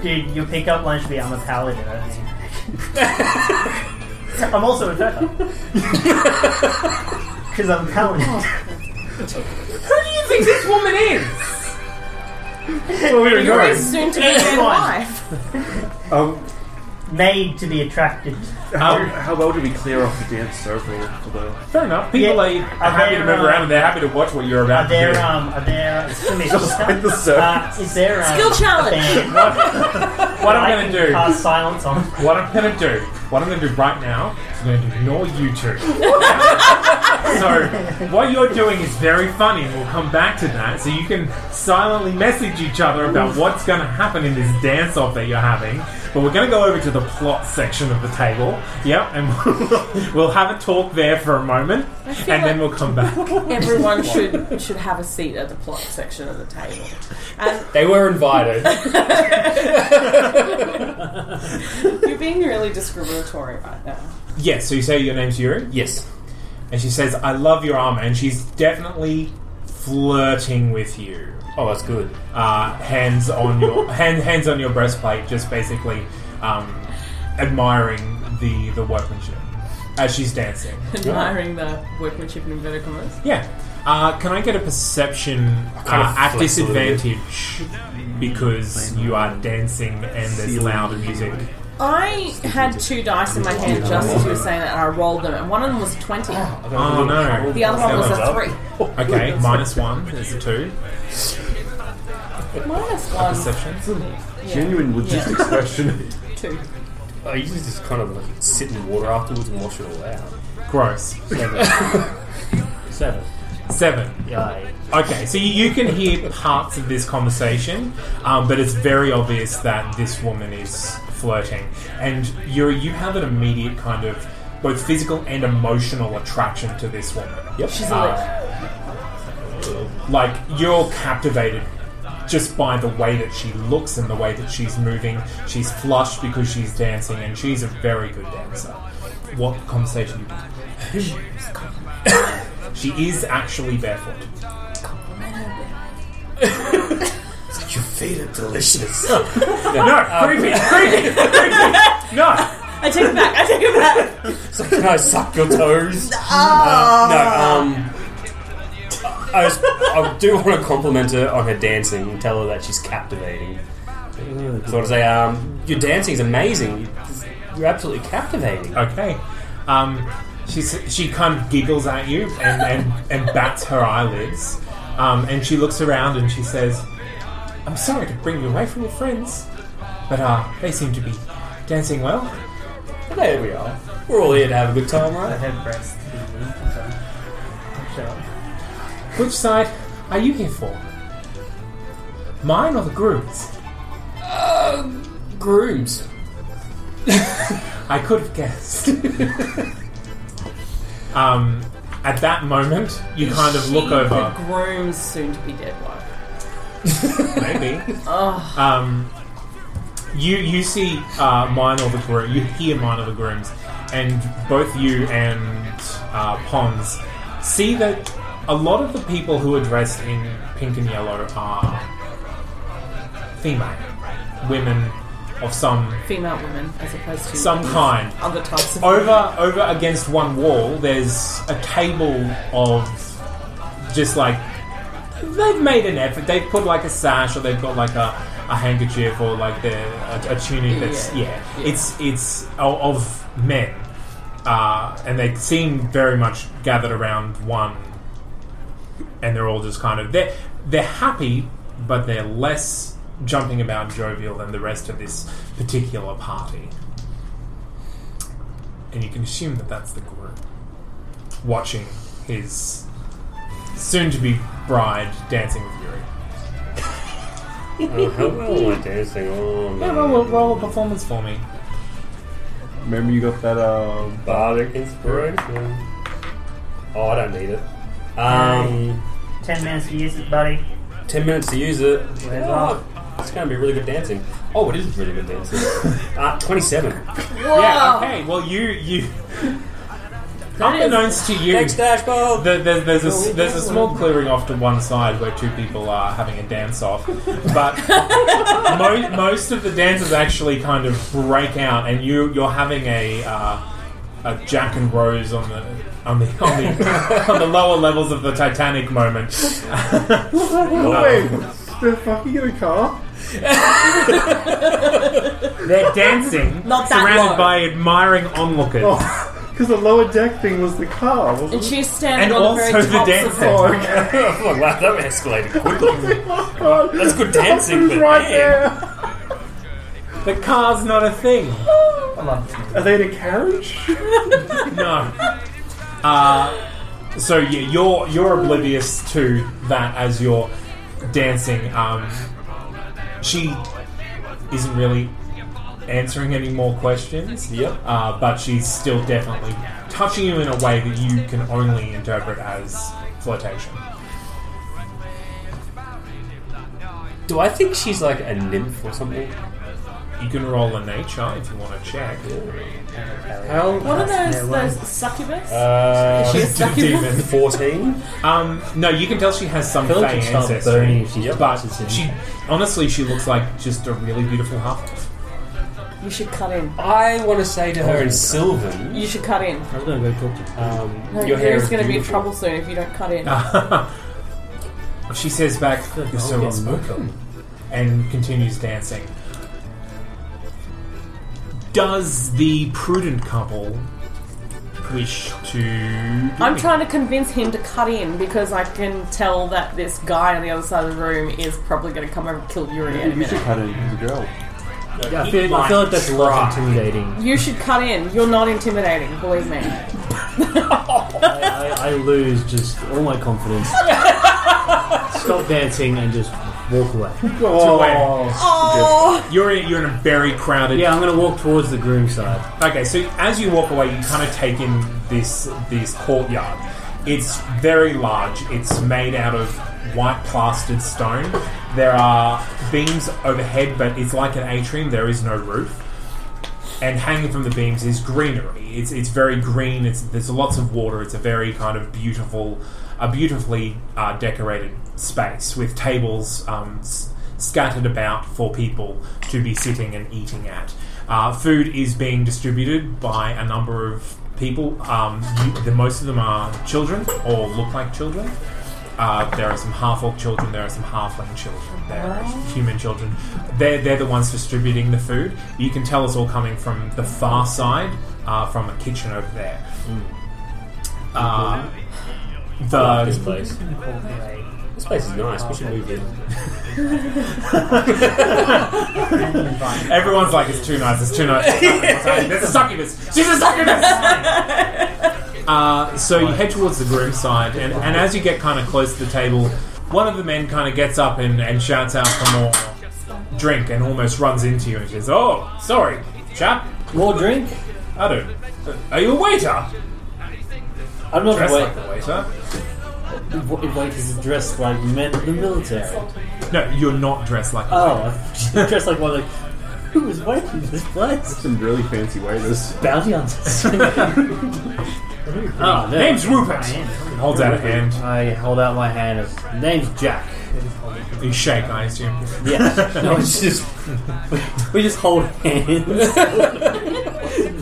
S4: Dude, your pickup line should be I'm a paladin. I
S2: *laughs*
S4: think. I'm also a feather. Because I'm a paladin.
S5: Oh. Who do you think this woman is?
S4: well,
S5: we were You're going. soon to be dead wife.
S7: Um,
S4: Made to be attracted.
S7: how, how well do we clear off the dance circle for the.
S2: Um, Fair enough. People
S4: Yeah.
S2: are, are happy to
S4: there,
S2: move
S4: uh,
S2: around and they're happy to watch what you're about
S4: Are there,
S2: to do.
S4: um, are there, it's for me,
S2: Just like the
S4: uh, is there, um,
S5: Skill challenge.
S4: a band?
S2: what
S4: I
S2: I'm going
S4: can
S2: to do.
S4: cast silence on.
S2: What I'm going to do. What I'm going to do right now is I'm going to ignore you two. so what you're doing is very funny, and we'll come back to that. So you can silently message each other about what's going to happen in this dance-off that you're having. But we're going to go over to the plot section of the table. Yep, and *laughs* we'll have a talk there for a moment, and
S5: feel
S2: then we'll come back.
S14: *laughs*
S5: Everyone should should have a seat at the plot section of the table.
S14: *laughs*
S5: And
S13: They were invited.
S5: *laughs* you're being really discriminatory right now.
S2: Yes. So you say your name's Yuri. Yes. And she says, "I love your armor," and she's definitely flirting with you. Oh, that's good. Uh, hands on your *laughs* hand, hands on your breastplate, just basically um, admiring the the workmanship as she's *laughs* dancing.
S5: Admiring the workmanship in inverted commas.
S2: Yeah. Uh, can I get a perception
S15: Kind
S2: uh,
S15: of
S2: at
S15: flex a little bit.
S2: disadvantage because you are dancing and there's loud music?
S5: I had two dice in my hand just as you were saying that, and I rolled them, and one of them was a twenty.
S2: Oh no!
S5: The other one was a three.
S2: Okay, minus one. There's a two.
S5: Minus one.
S2: Perception.
S5: Yeah.
S7: Genuine logistics
S5: Yeah.
S7: question.
S5: *laughs* Two.
S11: I usually Oh, just kind of like sit in water afterwards and wash it all out.
S2: Gross.
S11: Seven.
S2: Seven.
S11: Yeah.
S2: Okay, so you you can hear parts of this conversation, um, but it's very obvious that this woman is flirting, and you you have an immediate kind of both physical and emotional attraction to this woman. Yep,
S5: She's a
S4: Uh,
S2: like you're captivated just by the way that she looks and the way that she's moving. She's flushed because she's dancing, and she's a very good dancer. What conversation you?
S5: *coughs*
S2: She is actually barefoot.
S11: Your feet are delicious.
S2: *laughs* no, creepy, creepy, creepy. No,
S5: Um, I take it back. I take it back.
S14: So can I suck your toes?
S5: Ah.
S14: Uh, no, um. I, was, I do want to compliment her on her dancing and tell her that she's captivating. So I say, um, your dancing is amazing. You're absolutely captivating.
S2: Okay. Um, she she kind of giggles at you and, and, and bats her eyelids. Um, and she looks around and she says, I'm sorry to bring you away from your friends, but uh, they seem to be dancing well.
S14: There we are. We're all here to have a good time, right?
S4: I have breasts to be moved, so. I'm sure.
S2: Which side are you here for? Mine or the groom's? Uh,
S14: groom's.
S2: *laughs* I could have guessed. *laughs* um, at that moment, you kind of look
S5: She,
S2: over.
S5: The groom's soon to be dead wife.
S2: *laughs* Maybe.
S5: Ugh.
S2: Um, you you see uh, mine or the groom. You hear mine or the grooms, and both you and uh, Pons see that a lot of the people who are dressed in pink and yellow are female women of some
S5: Female women, as opposed to
S2: some kind.
S5: Other types of
S2: Over over against one wall, there's a table of just like they've made an effort. They've put like a sash, or they've got like a, a handkerchief, or like the, a, a tunic. That's yeah,
S5: Yeah, yeah.
S2: it's it's o- of men, uh, and they seem very much gathered around one, and they're all just kind of they're they're happy, but they're less jumping about jovial than the rest of this particular party. And you can assume that that's the group watching his soon to be bride dancing with Yuri.
S14: Oh, hello, we're dancing. Oh,
S2: Yeah,
S14: no.
S2: roll, roll a performance for me.
S7: Remember you got that uh,
S14: bardic inspiration. Oh, I don't need it. Um,
S4: Ten minutes to use it, buddy.
S14: ten minutes to use it.
S4: Where's
S14: Oh, it's going to be really good dancing. Oh, it is really good dancing. uh, Twenty-seven.
S2: Yeah, okay. Well, you *laughs* you. Unbeknownst to you,
S14: Thanks, Dashboard.
S2: There, there's, there's, a, s- there's a small clearing off to one side where two people are having a dance off, *laughs* but mo- most of the dancers actually kind of break out, and you you're having a uh, a Jack and Rose on the on the on *laughs* the, on the lower levels of the Titanic moment. *laughs*
S7: Wait, they're fucking in a car?
S2: They're dancing,
S7: Not that
S2: surrounded
S7: low.
S2: by admiring onlookers. *laughs*
S7: Because the lower deck thing was the car, wasn't
S5: And
S7: it?
S5: she's standing And on the very also the tops of the-
S7: Oh,
S5: dancing.
S14: *laughs*
S7: okay.
S14: wow, that escalated quickly. That's good
S2: Dolphins
S14: dancing, but
S2: right
S14: man.
S2: The car's not a thing.
S7: Are they in a carriage?
S2: no. Uh, so yeah, you're you're oblivious to that as you're dancing. Um, she isn't really answering any more questions.
S14: Yep.
S2: Uh, but she's still definitely touching you in a way that you can only interpret as flirtation.
S14: Do I think she's like a nymph or something?
S2: You can roll a nature if you want to check.
S14: How-
S5: What are those those succubus?
S2: Uh,
S11: *laughs*
S5: Is she a
S2: demon.
S5: succubus?
S14: Fourteen.
S2: Um, no, you can tell she has some
S13: I feel
S2: Fey
S13: like she'd start burning
S2: ancestry,
S13: if she
S2: but she honestly she looks like just a really beautiful half.
S5: You should cut in.
S14: I want to say to her in Sylvan.
S5: You should cut in.
S13: I was going to go talk to
S14: Um,
S5: No,
S14: your hair
S5: Yuri's
S14: is
S5: going to be in
S14: beautiful.
S5: trouble soon if you don't cut in.
S2: she says back, "You're so
S14: I'll get
S2: unspoken," and continues dancing. Does the prudent couple wish to? do
S5: I'm
S2: anything?
S5: trying to convince him to cut in because I can tell that this guy on the other side of the room is probably going to come over and kill Yuri in a
S7: You should
S5: minute.
S7: cut it as a girl.
S13: I feel, I feel like that's less intimidating.
S5: You should cut in. You're not intimidating, believe me.
S13: I, I lose just all my
S2: *laughs*
S13: confidence. Stop dancing and just walk away.
S2: To where?
S5: Oh.
S2: You're in, you're in a very crowded.
S13: Yeah, I'm going to walk towards the groom side.
S2: Okay, so as you walk away, you kind of take in this this courtyard. It's very large. It's made out of white plastered stone. There are beams overhead, but it's like an atrium. There is no roof, and hanging from the beams is greenery. It's it's very green. It's there's lots of water. It's a very kind of beautiful, a beautifully uh, decorated space with tables um, s- scattered about for people to be sitting and eating at. Uh, food is being distributed by a number of people. Um, you, the, most of them are children or look like children. Uh, there are some half orc children, there are some halfling children, there are human children. They're, they're the ones distributing the food. You can tell it's all coming from the far side, uh, from a kitchen over there. Uh,
S14: Hmm. I
S2: the,
S14: like this place. This place is nice. We should move in.
S2: *laughs* Everyone's like, it's too nice, it's too nice.
S14: *laughs*
S2: It's too nice. There's a succubus. She's a succubus! Uh, so you head towards the groom side, and, and as you get kind of close to the table, one of the men kind of gets up and, and shouts out for more drink and almost runs into you and says, Oh, sorry, chap.
S13: More drink?
S2: I don't. Are you a waiter?
S13: I'm not
S2: Dressed
S13: a
S2: like a waiter.
S13: Like he's dressed like men of the military.
S2: No, you're not dressed like a
S13: Oh, *laughs* dressed like one like who is waiting this place?
S7: Some really fancy waiters.
S13: Bounty hunters. *laughs* Oh,
S2: Ah, name's Rupert. Holds out a hand.
S13: I hold out my hand. as- Name's Jack.
S2: You shake, I assume.
S13: Yeah. No, it's *laughs* just we just hold hands.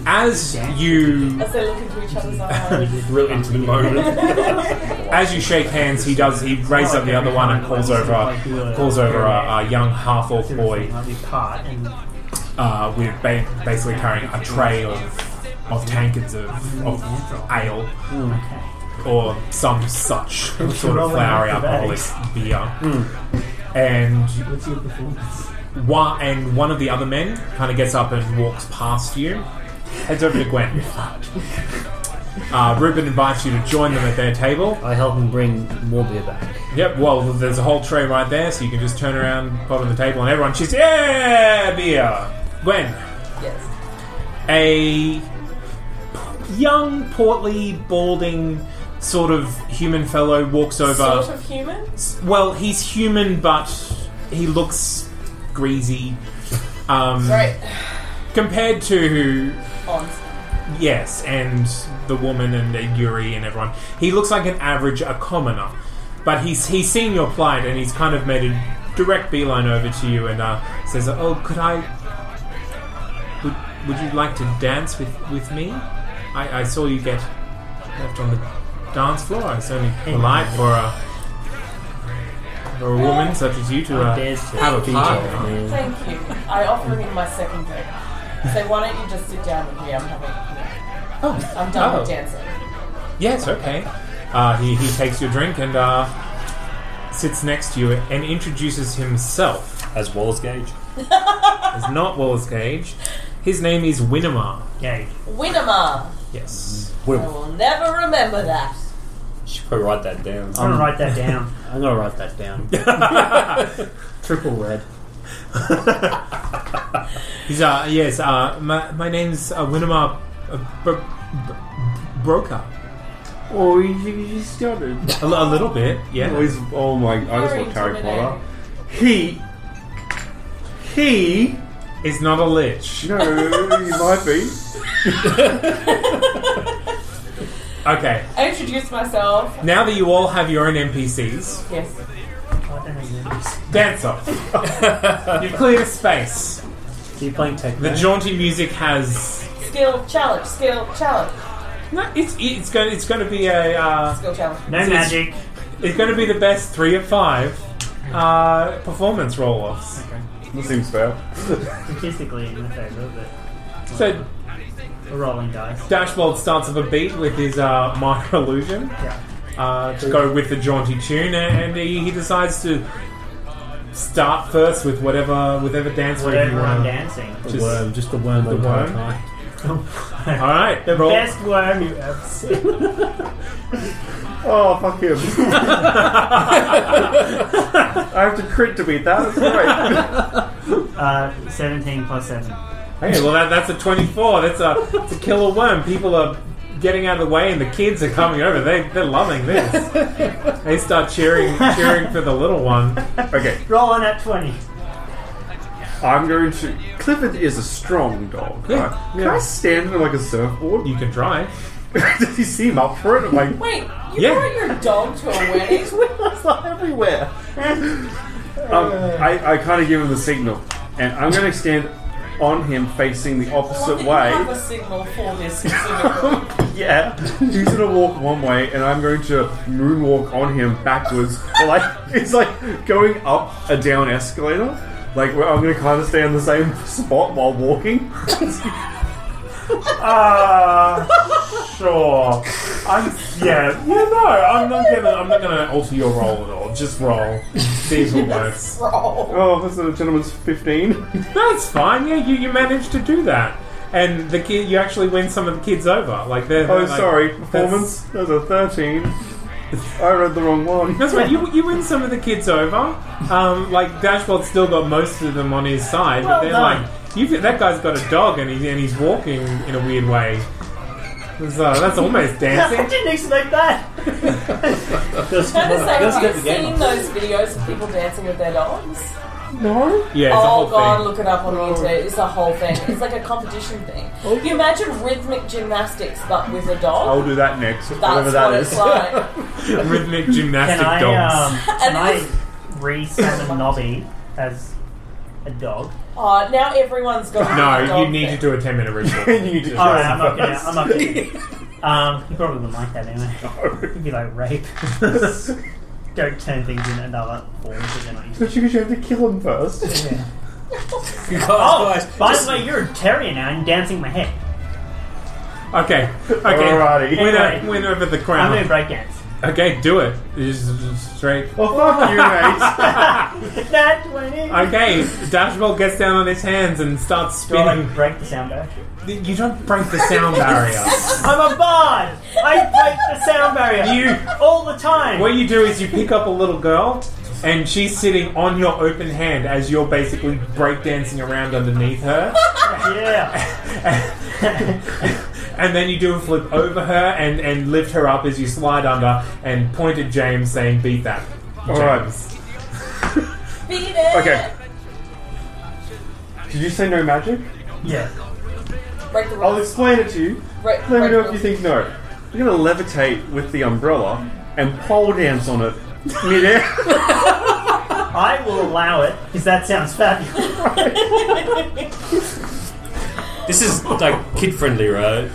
S2: As you
S5: As they look into each other's eyes.
S2: real intimate moment. As you shake hands, he does. He raises up the other one and calls over, calls over a, a young half orc boy
S4: pot and
S2: uh, with ba- basically carrying a tray of, of tankards of, of ale or some such sort of flowery alcoholic beer. And one and one of the other men kind of gets up and walks past you, heads over to Gwen. Uh, Ruben invites you to join them at their table.
S13: I help him bring more beer back.
S2: Yep, well, there's a whole tray right there, so you can just turn around, bottom of the table, and everyone cheers, yeah, beer! Gwen,
S5: Yes.
S2: a young, portly, balding sort of human fellow walks over.
S5: Sort of human.
S2: Well, he's human, but he looks greasy. Um,
S5: Right.
S2: Compared to
S5: On.
S2: yes, and the woman and the Yuri and everyone, he looks like an average, a commoner. But he's he's seen your plight and he's kind of made a direct beeline over to you and uh, says, "Oh, could I? Would, would you like to dance with with me? I, I saw you get left on the dance floor. I was only polite for a." For a woman such as you to
S13: I
S2: uh,
S13: danced with
S2: have a
S13: DJ
S2: partner.
S13: man.
S5: Thank you. I offer him my second drink. So why don't you just sit down with me? I'm having. Oh. I'm done with
S2: Oh.
S5: dancing.
S2: Yes, okay. Uh, he, he takes your drink and uh, sits next to you and introduces himself.
S14: As Wallace Gage?
S2: As not Wallace Gage. His name is Winnemar.
S4: Gage.
S5: Winnemar.
S2: Yes.
S5: I will never remember that.
S14: Should probably write that down.
S4: I'm gonna write that down.
S13: I'm gonna write that down. Triple red.
S2: He's, uh, yes, uh, my, my name's uh, Winnemar uh, Bro- Bro- Broker.
S7: Oh, you, you you stuttered.
S2: A, li- a little bit, yeah.
S7: Oh, he's, oh my, I just
S5: Very
S7: watched Harry Potter.
S5: intimidating.
S7: He. He.
S2: Is not a lich.
S7: No, he might be.
S2: *laughs* Okay,
S5: I introduced myself.
S2: now that you all have your own NPCs,
S5: Yes.
S7: *laughs*
S2: dance off. You've cleared a space.
S13: Keep playing Tekken.
S2: The jaunty music has
S5: Skill challenge. Skill challenge.
S2: No, it's it's going it's going to be a uh,
S5: Skill challenge.
S4: No
S2: it's-
S4: magic.
S2: It's going to be the best three of five uh, performance roll offs.
S7: That seems fair.
S4: Statistically in my favour,
S2: So
S4: but we're rolling dice.
S2: Dashbold starts up a beat with his uh, minor illusion
S4: Yeah.
S2: uh, to go with the jaunty tune, and he, he decides to start first with whatever whatever dance move you
S4: Whatever I'm
S2: want.
S4: dancing.
S13: The
S2: Just-
S13: worm, just the worm.
S2: the
S13: entire
S2: worm?
S13: time.
S2: All right,
S4: The *laughs*
S2: roll.
S4: best worm you ever seen.
S7: Oh, fuck him. I have to crit to beat that. That's
S2: *laughs*
S7: great.
S4: Uh, 17 plus 7.
S2: Hey, well that, that's a twenty-four. That's a, that's a killer worm. People are getting out of the way, and the kids are coming over. They they're loving this.
S4: *laughs*
S2: they start cheering cheering for the little one.
S7: Okay,
S4: Rolling at 20.
S7: I'm going to. Clifford is a strong dog.
S2: Yeah,
S7: Right? Can
S2: yeah.
S7: I stand him like a surfboard?
S2: You can try.
S7: *laughs* Does he seem up for it? I'm like,
S5: Wait, you
S2: Yeah.
S5: brought your dog to a wedding?
S7: He's with us everywhere. um, I, I kind of give him the signal, and I'm going to stand on him facing the
S16: Well, I
S7: opposite
S16: think I have
S7: way.
S16: a signal for this.
S4: *laughs*
S16: considerably.
S7: Yeah, he's gonna walk one way, and I'm going to moonwalk on him backwards. *laughs* like it's like going up a down escalator. Like where I'm gonna kind of stay in the same spot while walking.
S2: *laughs* Ah, sure. I'm yeah, yeah. No, I'm not gonna. I'm not gonna alter your roll at all. Just roll.
S16: *laughs*
S2: These will work.
S7: Oh, that's a gentleman's
S2: *laughs*
S7: fifteen.
S2: That's fine. Yeah, you, you managed to do that, and the kid you actually win some of the kids over. Like they're.
S7: Oh,
S2: they're like-
S7: sorry,
S2: that's-
S7: performance. That's a thirteen. I read the wrong one.
S2: That's right. You, you win some of the kids over. Um, like Dashbot's still got most of them on his side, but
S16: Well
S2: they're
S16: done.
S2: like, you, that guy's got a dog and he's and he's walking in a weird way. So that's almost dancing.
S16: I didn't expect that.
S2: Just-
S16: Can I just say,
S2: just
S16: have
S2: get the
S16: you
S2: game
S16: seen
S2: on.
S16: those videos of people dancing with their dogs?
S7: No.
S2: Yeah, it's a
S16: oh
S2: whole
S16: god,
S2: thing.
S16: look it up on
S4: Oh.
S16: YouTube. It's a whole thing. It's like a competition thing. You imagine rhythmic gymnastics, but with a dog.
S7: I'll do that next.
S16: That's
S7: whatever that
S16: what
S7: is.
S16: it's like.
S7: *laughs*
S2: Rhythmic gymnastic
S4: can I,
S2: dogs.
S4: Um, can I resummon Nobby as a dog?
S16: Oh, now everyone's got. a
S2: No,
S16: dog.
S2: you need to do a ten minute
S4: *laughs*
S2: ritual.
S4: All right, I'm not gonna. I'm not gonna. Um, he probably wouldn't like that anyway. It'd be like rape. *laughs* Don't turn things into another form that they're not used to.
S7: But you you have to kill him first.
S4: Yeah.
S14: Oh,
S4: oh, by the way, you're a terrier now and dancing my head.
S2: Okay. Okay.
S4: Alrighty.
S2: Win,
S4: Anyway,
S2: o- win over the
S4: I'm
S2: crown.
S4: doing breakdance.
S2: Okay, do it. Just- just Straight.
S4: Oh,
S7: Well, fuck you, mate.
S4: That's what it is.
S2: Okay, Dashbolt gets down on his hands and starts
S4: Do I
S2: spinning.
S4: like, break the sound barrier?
S2: You don't break the
S4: *laughs*
S2: sound barrier.
S4: I'm a bard. I break the sound barrier.
S2: You-
S4: all the time.
S2: What you do is you pick up a little girl, and she's sitting on your open hand as you're basically breakdancing around underneath her.
S4: yeah.
S2: And then you do a flip over her and, and lift her up as you slide under and point at James saying, Beat that.
S7: Alright.
S2: James.
S16: Beat it.
S7: Okay. Did you say no magic?
S4: Yeah.
S16: Break the
S7: I'll explain it to you.
S16: Right,
S7: Let me
S16: right,
S7: know if
S16: right.
S7: you think no. You're gonna levitate with the umbrella and pole dance on it midair.
S4: I will allow it because that sounds fabulous.
S14: This is like kid friendly, right?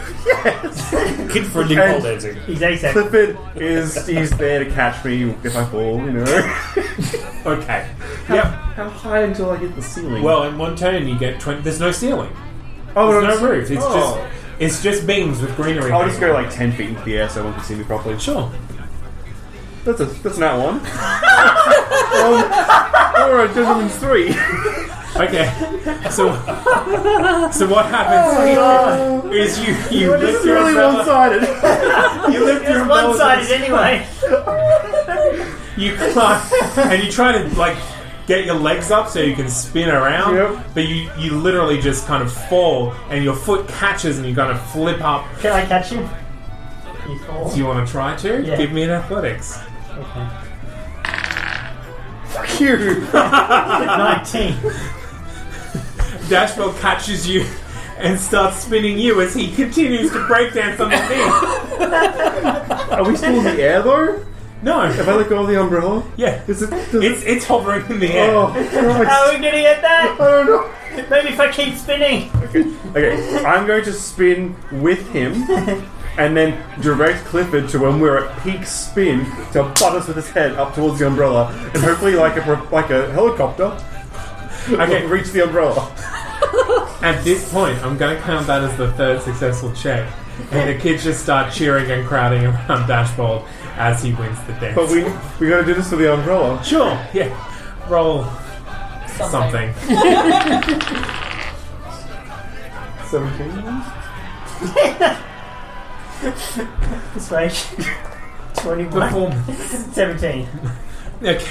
S14: Kid friendly pole
S7: And
S14: dancing.
S4: He's ASAP.
S7: Clifford is he's there to catch me if I fall, you know.
S2: okay.
S7: How, how high until I hit the ceiling?
S2: Well, in one turn you get 20. There's no ceiling.
S7: Oh,
S2: there's
S7: no,
S2: no
S7: it's-
S2: roof. It's
S7: oh.
S2: just it's just beams with greenery.
S7: I'll just go like ten feet into the air so everyone can see me properly.
S2: Sure.
S7: That's a that's not one. um, or a gentleman's three.
S2: Okay. So so what
S7: Oh
S2: happens is you you
S7: But
S2: lift
S7: it's
S2: your
S7: really
S2: umbrella-
S7: one sided.
S2: *laughs* you lift your
S4: It's
S2: umbrella
S4: one
S2: to the
S4: sided anyway.
S2: you climb and you try to like get your legs up so you can spin around but you you literally just kind of fall and your foot catches and you kind of flip up
S4: Can I catch him? You fall.
S2: do you want to try to
S4: Yeah.
S2: give me an athletics
S4: Okay.
S7: Fuck you.
S4: 19.
S2: dashbell catches you *laughs* and starts spinning you as he continues to
S7: *laughs*
S2: breakdance on the thing
S7: Are we still in the air though?
S2: no
S7: If I let go of the umbrella?
S2: yeah
S7: Is it
S2: it's it's hovering in the air
S7: Oh, Christ.
S4: How are we gonna get that?
S7: I don't know.
S4: Maybe if I keep spinning.
S7: Okay, I'm going to spin with him and then direct Clifford to when we're at peak spin to butt us with his head up towards the umbrella and hopefully, like a pro- like a helicopter, I
S2: Okay.
S7: can reach the umbrella.
S2: At this point, I'm going to count that as the third successful check, and the kids just start cheering and crowding around Dashbold as he wins the dance.
S7: But we we gotta do this with the umbrella.
S2: sure, *laughs* yeah, roll something.
S7: Seventeen.
S4: This way. 21.
S2: Perform.
S4: 17.
S2: Okay.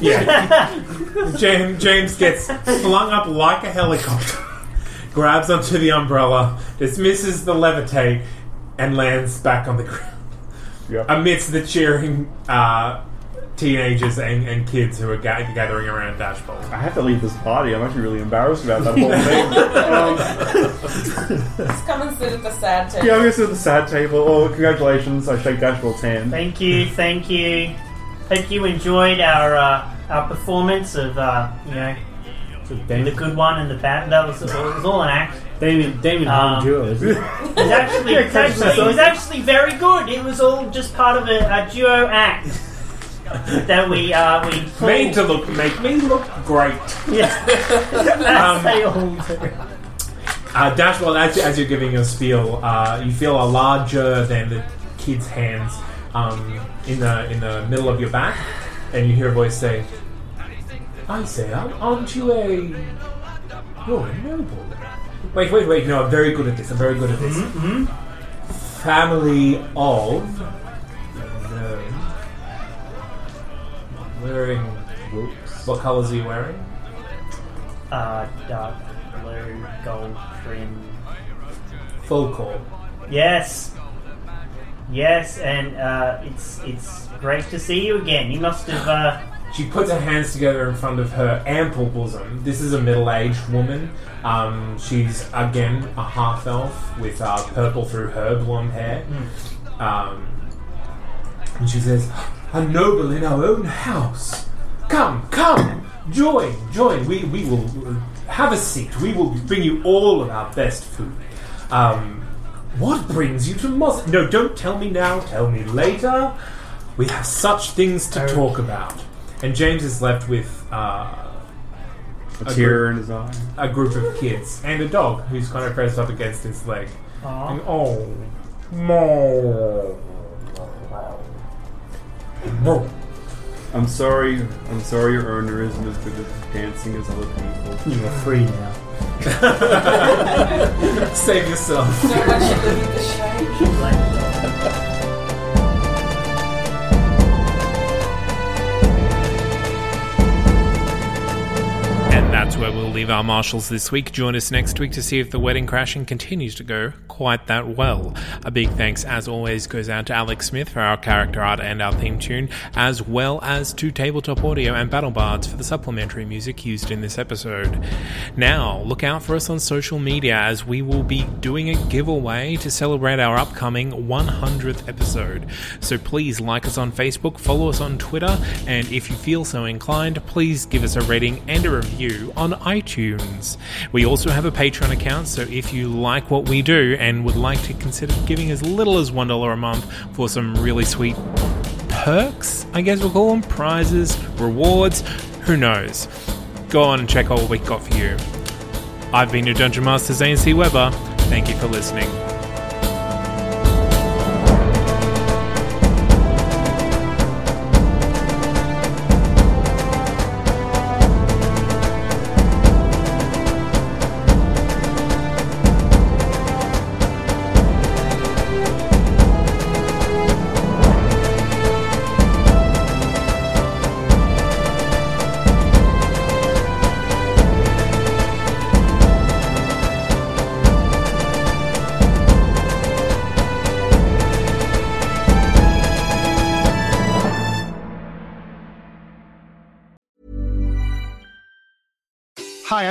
S2: Yeah. James, James gets flung up like a helicopter, *laughs* grabs onto the umbrella, dismisses the levitate, and lands back on the ground.
S7: Yep.
S2: Amidst the cheering uh, teenagers and, and kids who are ga- gathering around Dashbold.
S7: I have to leave this party. I'm actually really embarrassed about that whole thing. Um,
S16: Just come and sit at the sad table.
S7: yeah, I'm gonna sit at the sad table. Oh, congratulations! I shake Dashwell's hand.
S4: Thank you, thank you. Hope you enjoyed our uh, our performance of uh, you know the good one and the bad. That was, it was all an act.
S17: Damien, Damien
S4: Um,
S17: um, duo, isn't it?
S4: It was actually, it was actually, it was actually very good. It was all just part of a, a duo act that we uh, we
S7: *laughs*
S4: pulled.
S7: Made to look, make me look great.
S4: *laughs* Yeah.
S7: Um,
S4: That's they all do.
S7: Uh, Dash, well, as, as you're giving your spiel, uh, you feel a larger than the kid's hands um, in the in the middle of your back, and you hear a voice say, "I say, aren't aren't you a you're a noble?" Wait, wait, wait! No, I'm very good at this. I'm very good at this. Family of no. Wearing What colours are you wearing?
S4: Uh, dark blue, gold trim.
S7: Full core.
S4: Yes. Yes, and uh, it's it's great to see you again. You must have. Uh,
S7: She puts her hands together in front of her ample bosom. This is a middle-aged woman. Um, she's again a half elf with uh, purple through her blonde hair. Um, and she says, "A noble in our own house. Come, come, join, join. We we will uh, have a seat. We will bring you all of our best food." Um, what brings you to Mos? No, don't tell me now. Tell me later. We have such things to talk about. And James is left with uh,
S18: A tear
S7: in his eye, a group of kids, and a dog who's kind of pressed up against his leg.
S4: Aw.
S7: And, oh, no.
S18: I'm sorry. I'm sorry your owner isn't as good at dancing as other people.
S17: You are free
S18: *laughs*
S17: now.
S7: Save yourself.
S2: And that's where we'll leave our marshals this week. Join us next week to see if the wedding crashing continues to go quite that well. A big thanks, as always, goes out to Alex Smith for our character art and our theme tune, as well as to Tabletop Audio and Battle Bards for the supplementary music used in this episode. Now, look out for us on social media as we will be doing a giveaway to celebrate our upcoming 100th episode. So please like us on Facebook, follow us on Twitter, and if you feel so inclined, please give us a rating and a review on iTunes. We also have a Patreon account, so if you like what we do and would like to consider giving as little as $1 a month for some really sweet perks, I guess we'll call them prizes, rewards, who knows. Go on and check out what we've got for you. I've been your Dungeon Master Zane C. Weber. Thank you for listening.
S8: Hi,